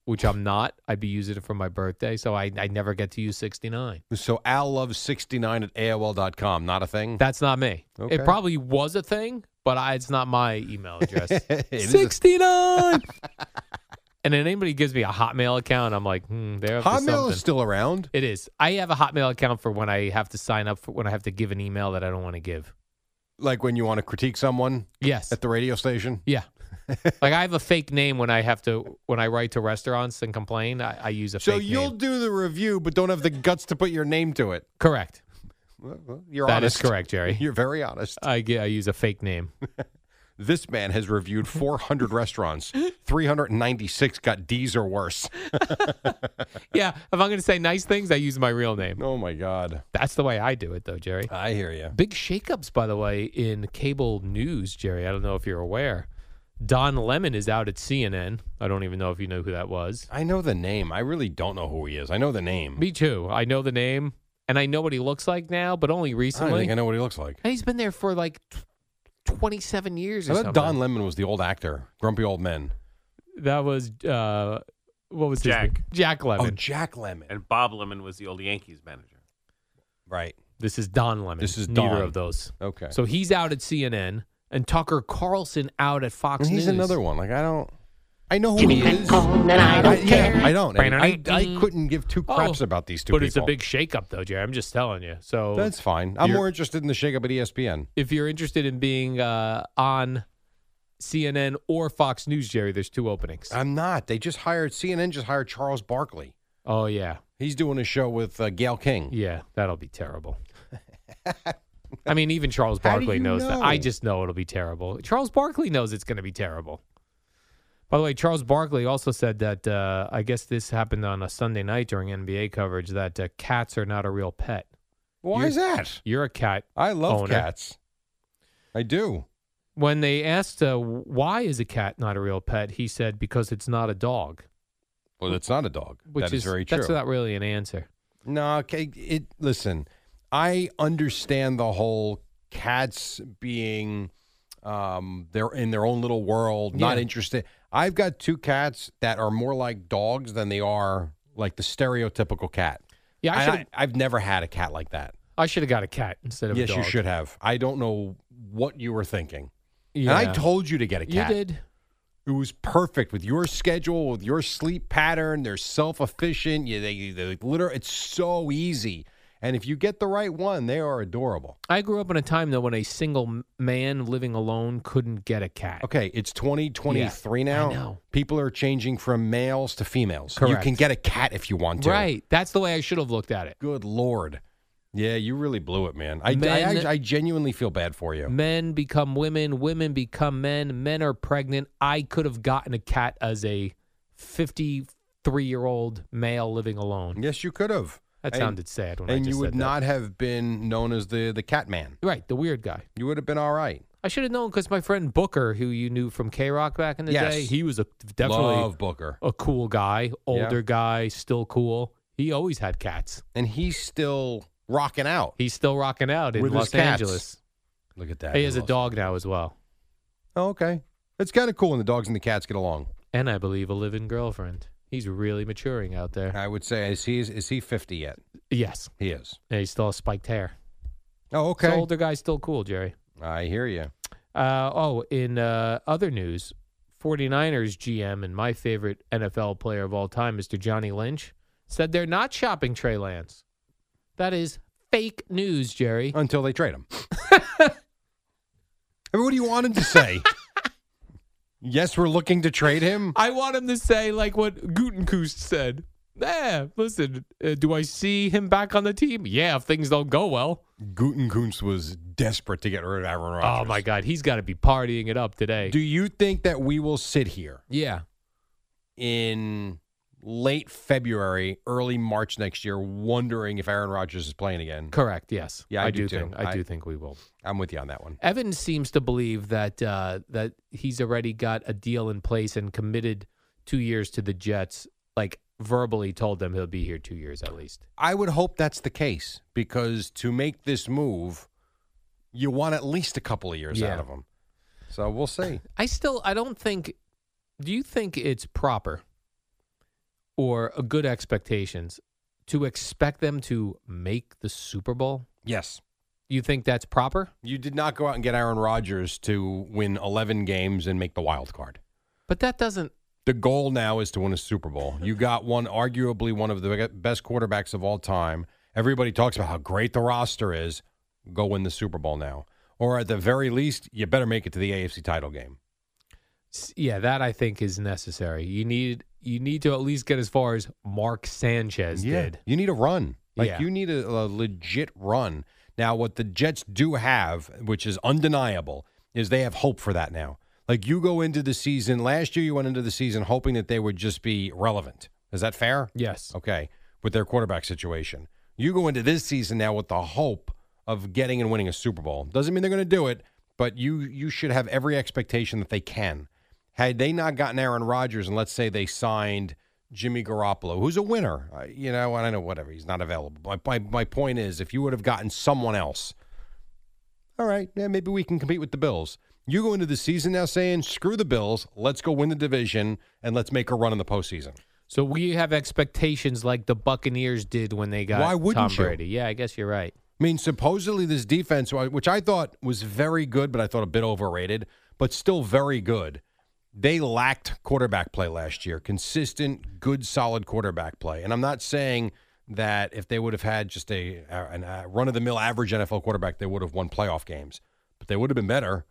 B: which I'm not. I'd be using it for my birthday, so I, I never get to use 69.
C: So Al loves 69 at AOL.com. Not a thing?
B: That's not me.
C: Okay.
B: It probably was a thing, but I, it's not my email address.
C: It is a-
B: 69. and then anybody gives me a Hotmail account, I'm like, hmm, they're up to
C: Hotmail
B: something.
C: is still around.
B: It is. I have a Hotmail account for when I have to sign up for when I have to give an email that I don't want to give.
C: Like when you want to critique someone
B: Yes.
C: at the radio station.
B: Yeah. like I have a fake name when I have to when I write to restaurants and complain. I, I use a
C: So
B: fake
C: you'll
B: name.
C: do the review, but don't have the guts to put your name to it.
B: correct.
C: Well, well, You're
B: That is
C: honest.
B: correct, Jerry.
C: You're very honest.
B: I ge- I use a fake name.
C: This man has reviewed 400 restaurants. 396 got D's or worse.
B: yeah, if I'm going to say nice things, I use my real name.
C: Oh my God,
B: that's the way I do it, though, Jerry.
C: I hear you.
B: Big shakeups, by the way, in cable news, Jerry. I don't know if you're aware. Don Lemon is out at CNN. I don't even know if you know who that was.
C: I know the name. I really don't know who he is. I know the name.
B: Me too. I know the name, and I know what he looks like now, but only
C: I
B: recently.
C: don't think I know what he looks like.
B: And he's been there for like t- 27 years or
C: I
B: something.
C: thought Don Lemon was the old actor, Grumpy Old Men.
B: that was, uh, what was his
K: Jack.
B: name? Jack Lemon.
C: Oh, Jack Lemon.
K: And Bob Lemon was the old Yankees manager.
C: Right.
B: This is Don Lemon.
C: This is
B: neither
C: Don.
B: of those.
C: Okay.
B: So he's out at CNN, and Tucker Carlson out at Fox
C: And he's
B: News.
C: another one. Like I don't. I know who
B: Jimmy
C: he is.
B: Falcone, and I don't
C: yeah,
B: care.
C: I don't. I, I, I
B: Ba-da-ding.
C: couldn't give two craps
B: Oh,
C: about these two.
B: But
C: people.
B: it's a big shakeup, though, Jerry. I'm just telling you. So
C: That's fine. I'm
B: You're-
C: more interested in the shakeup E at ESPN.
B: if you're interested in being uh, on CNN or Fox News, Jerry, there's two openings.
C: I'm not. They just hired CNN. Just hired Charles Barkley.
B: Oh yeah,
C: He's doing a show with uh, Gail King.
B: yeah. That'll be terrible. I mean, even Charles
C: How do
B: Barkley
C: you
B: knows that. I
C: know?
B: just know it'll be terrible. Charles Barkley knows it's going to be terrible. By the way, Charles Barkley also said that uh, I guess this happened on a Sunday night during NBA coverage that uh, cats are not a real pet.
C: Why
B: You're-
C: is that?
B: You're a cat.
C: I love
B: owner.
C: cats. I do.
B: When they asked uh, why is a cat not a real pet, he said because it's not a dog.
C: Well, it's not a dog.
B: Which
C: that is, very true.
B: That's not really an answer.
C: No, okay. It listen, I understand the whole cats being um they're in their own little world, not
B: Yeah.
C: interested. I've got two cats that are more like dogs than they are like the stereotypical cat.
B: Yeah, I
C: And
B: should've-
C: I, have never had a cat like that.
B: I should have got a cat instead of
C: Yes,
B: a dog.
C: you should have. I don't know what you were thinking.
B: Yeah.
C: And I told you to get a
B: You
C: cat.
B: did.
C: It was perfect with your schedule, with your sleep pattern. They're self efficient. You, they, they liter- It's so easy. And if you get the right one, they are adorable.
B: I grew up in a time though when a single m- man living alone couldn't get a cat.
C: Okay, it's 2023 now.
B: I know.
C: People are changing from males to females. You
B: Correct.
C: can get a cat if you want to.
B: Right. That's the way I should have looked at it.
C: Good Lord. Yeah, you really blew it, man. I, I,
B: Men-
C: act- I genuinely feel bad for you.
B: Men become women, women become men, men are pregnant. I could have gotten a cat as a 53 year old male living alone.
C: Yes, you could have.
B: That
C: And-
B: sounded sad when I
C: And
B: just
C: you would
B: said that.
C: not have been known as the, the cat man.
B: Right, the weird guy.
C: You would have been all right.
B: I should have known because my friend Booker, who you knew from K Rock back in the
C: Yes.
B: day, he was a definitely
C: Love Booker.
B: a cool guy, older guy, still cool. He always had cats.
C: and he's still rocking out.
B: He's still rocking out in
C: With his
B: Los
C: cats.
B: Angeles.
C: Look at that.
B: He has a
C: Los-
B: dog now as well,
C: Oh, okay. It's kind of cool when the dogs and the cats get along.
B: and I believe a living girlfriend. He's really maturing out there.
C: I would say is he is he fifty yet?
B: Yes,
C: He is.
B: and he still has spiked hair.
C: Oh,
B: So
C: okay.
B: older guy's still cool, Jerry.
C: I hear you.
B: Uh, oh, in uh, other news, 49ers GM and my favorite NFL player of all time, Mr. Johnny Lynch, said they're not shopping Trey Lance. That is fake news, Jerry.
C: Until they trade him. I mean, what do you want him to say? yes, we're looking to trade him.
B: I want him to say like what Gutenkoost said. Eh, listen, uh, do I see him back on the team? Yeah, if things don't go well.
C: Gutenkunst was desperate to get rid of Aaron Rodgers.
B: Oh my God, he's got to be partying it up today.
C: Do you think that we will sit here
B: yeah,
C: in late February, early March next year, wondering if Aaron Rodgers is playing again?
B: correct. Yes,
C: Yeah, I do too.
B: think I,
C: I-
B: do think we will.
C: I'm with you on that one.
B: Evan seems to believe that uh, that he's already got a deal in place and committed two years to the Jets. Like verbally told them he'll be here two years at least.
C: I would hope that's the case because to make this move, you want at least a couple of years out
B: Yeah.
C: of them. So we'll see.
B: I still I don't think do you think it's proper or a good expectations to expect them to make the Super Bowl?
C: Yes.
B: You think that's proper?
C: You did not go out and get Aaron Rodgers to win 11 games and make the wild card.
B: But that doesn't.
C: The goal now is to win a Super Bowl. You got one, arguably one of the best quarterbacks of all time. Everybody talks about how great the roster is. Go win the Super Bowl now. Or at the very least, you better make it to the AFC title game.
B: S- Yeah, that I think is necessary. You need you need to at least get as far as Mark Sanchez
C: Yeah.
B: did.
C: You need a run. Like
B: Yeah.
C: you need a, a legit run. Now, what the Jets do have, which is undeniable, is they have hope for that now. Like you go into the season last year, you went into the season hoping that they would just be relevant. Is that fair?
B: Yes.
C: Okay. With their quarterback situation, you go into this season now with the hope of getting and winning a Super Bowl. Doesn't mean they're going to do it, but you you should have every expectation that they can. Had they not gotten Aaron Rodgers, and let's say they signed Jimmy Garoppolo, who's a winner, uh, you know, and I know whatever he's not available. My, my my point is, if you would have gotten someone else, all right, yeah, maybe we can compete with the Bills. You go into the season now saying, screw the Bills, let's go win the division and let's make a run in the postseason.
B: So we have expectations like the Buccaneers did when they got
C: Why wouldn't
B: Tom
C: you?
B: Brady. Yeah, I guess you're right.
C: I mean, supposedly this defense, which I thought was very good, but I thought a bit overrated, but still very good. They lacked quarterback play last year, consistent, good, solid quarterback play. And I'm not saying that if they would have had just a, a, run of the mill average NFL quarterback, they would have won playoff games, but they would have been better.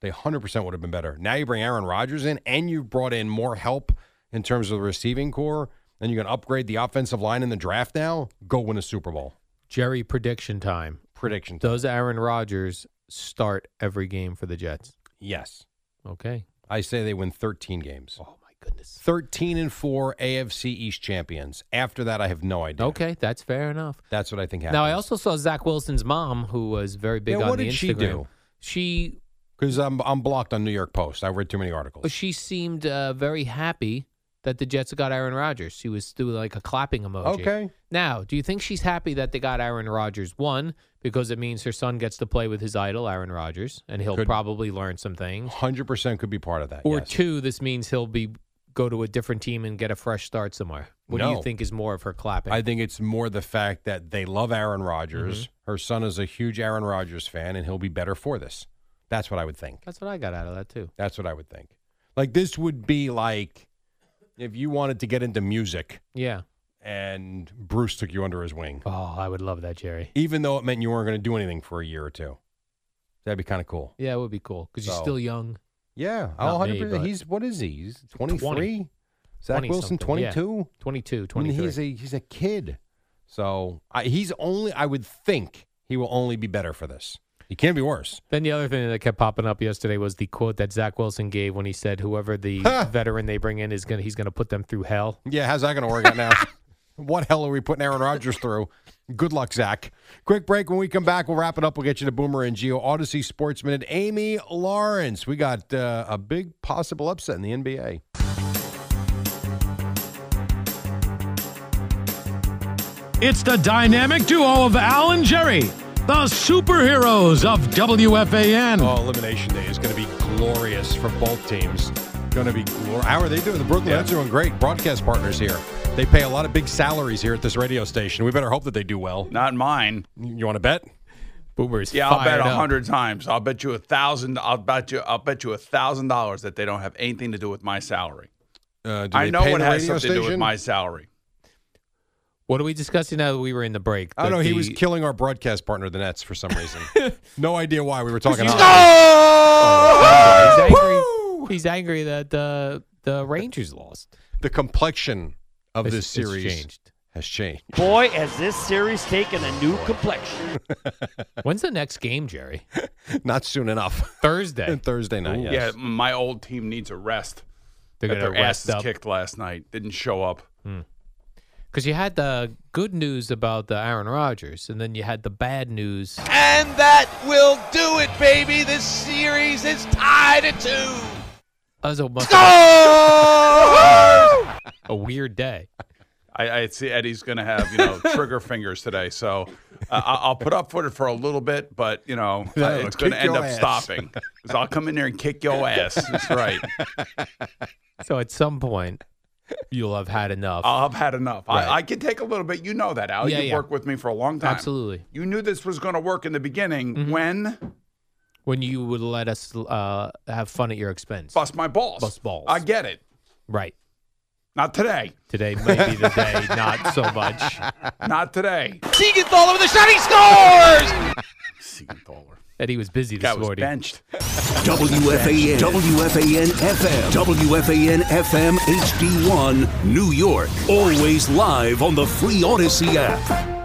C: They 100% would have been better. Now you bring Aaron Rodgers in, and you brought in more help in terms of the receiving core, and you're going to upgrade the offensive line in the draft now. Go win a Super Bowl.
B: Jerry prediction time.
C: Prediction time.
B: Does Aaron Rodgers start every game for the Jets?
C: Yes.
B: Okay.
C: I say they win 13 games.
B: Oh my goodness.
C: 13 and 4 AFC East champions. After that I have no idea.
B: Okay, that's fair enough.
C: That's what I think happens.
B: Now I also saw Zach Wilson's mom, who was very big
C: Yeah,
B: on
C: what
B: the
C: did
B: Instagram.
C: she do?
B: She
C: cuz I'm I'm blocked on New York Post. I read too many articles.
B: Oh, she seemed uh, very happy that the Jets got Aaron Rodgers. She was doing like a clapping emoji.
C: Okay.
B: Now, do you think she's happy that they got Aaron Rodgers? One, because it means her son gets to play with his idol, Aaron Rodgers, and he'll
C: Could-
B: probably learn some things.
C: 100% could be part of that.
B: Or
C: yes.
B: two, this means he'll be go to a different team and get a fresh start somewhere. What do
C: No.
B: you think is more of her clapping?
C: I think it's more the fact that they love Aaron Rodgers.
B: Mm-hmm.
C: Her son is a huge Aaron Rodgers fan and he'll be better for this. That's what I would think.
B: That's what I got out of that too.
C: That's what I would think. Like this would be like if you wanted to get into music
B: Yeah.
C: and Bruce took you under his wing.
B: Oh, I would love that, Jerry.
C: even though it meant you weren't going to do anything for a year or two. That'd be kind of cool.
B: Yeah, it would be cool because
C: So-
B: you're still young.
C: Yeah,
B: Not
C: I'll
B: me,
C: 100%.
B: but-
C: he's what is he? He's 23.
B: 20.
C: Zach
B: 20
C: Wilson
B: something, yeah.
C: 22.
B: 22,
C: I mean,
B: 23.
C: he's a he's a kid. So I, he's only I would think he will only be better for this. He can't be worse.
B: Then the other thing that kept popping up yesterday was the quote that Zach Wilson gave when he said, "Whoever the veteran they bring in is gonna, he's gonna put them through hell."
C: Yeah, how's that going to work out now? what hell are we putting Aaron Rodgers through? Good luck, Zach. Quick break. When we come back, we'll wrap it up. We'll get you to Boomer and Geo Odyssey Sports Minute. Amy Lawrence. We got uh, a big possible upset in the NBA.
G: It's the dynamic duo of Al and Jerry, the superheroes of WFAN.
C: Oh, Elimination Day is going to be glorious for both teams. Going to be glorious. How are they doing? The Brooklyn Nets are doing great. Broadcast partners here. They pay a lot of big salaries here at this radio station. We better hope that they do well.
L: Not mine.
C: You want to bet?
B: Boomer's
L: Yeah, I'll bet
B: fired
L: a
B: up.
L: hundred times. I'll bet you a thousand. I'll bet you. I'll bet you a thousand dollars that they don't have anything to do with my salary.
C: Uh,
L: I know it has something to do with my salary.
B: What are we discussing now that we were in the break?
C: I don't
B: The-
C: know. He was
B: the-
C: killing our broadcast partner, the Nets, for some reason. no idea why. We were talking.
B: He's
C: Oh,
B: he's angry. He's angry that uh, the Rangers lost.
C: The complexion of
B: It's-
C: this
B: it's
C: series
B: changed.
C: has changed.
I: Boy, has this series taken a new complexion.
B: When's the next game, Jerry?
C: Not soon enough.
B: Thursday.
C: Thursday night. yes.
L: Yeah, my old team needs a rest.
B: They're
L: Got
B: gonna
L: their
B: rest
L: asses
B: up.
L: kicked last night. Didn't show up.
B: Because you had the good news about the Aaron Rodgers, and then you had the bad news.
M: And that will do it, baby. This series is tied at two.
B: As a, must-
L: I,
B: a weird day.
L: I see Eddie's going to have you know trigger fingers today, so uh, I- I'll put up for it for a little bit, but you know uh,
C: That'll
L: it's going to
C: kick
L: end
C: your
L: up
C: ass.
L: stopping. 'Cause I'll come in there and kick your ass. That's right.
B: So at some point, you'll have had enough.
N: I've had enough.
B: Right.
N: I, I can take a little bit. You know that, Al.
B: Yeah,
N: You've
B: yeah.
N: worked with me for a long time.
B: Absolutely.
N: You knew this was going to work in the beginning
K: Mm-hmm.
N: when
B: when you would let us uh, have fun at your expense.
N: bust my balls.
B: Bust balls.
N: I get it.
B: Right.
N: Not today.
B: Today may be the day, not so much.
N: Not today.
O: Siegenthaler with a shot. He scores!
B: That he was busy this
N: Guy was
B: morning.
N: benched.
F: WFAN, WFAN FM, WFAN FM HD1, New York. Always live on the free Odyssey app.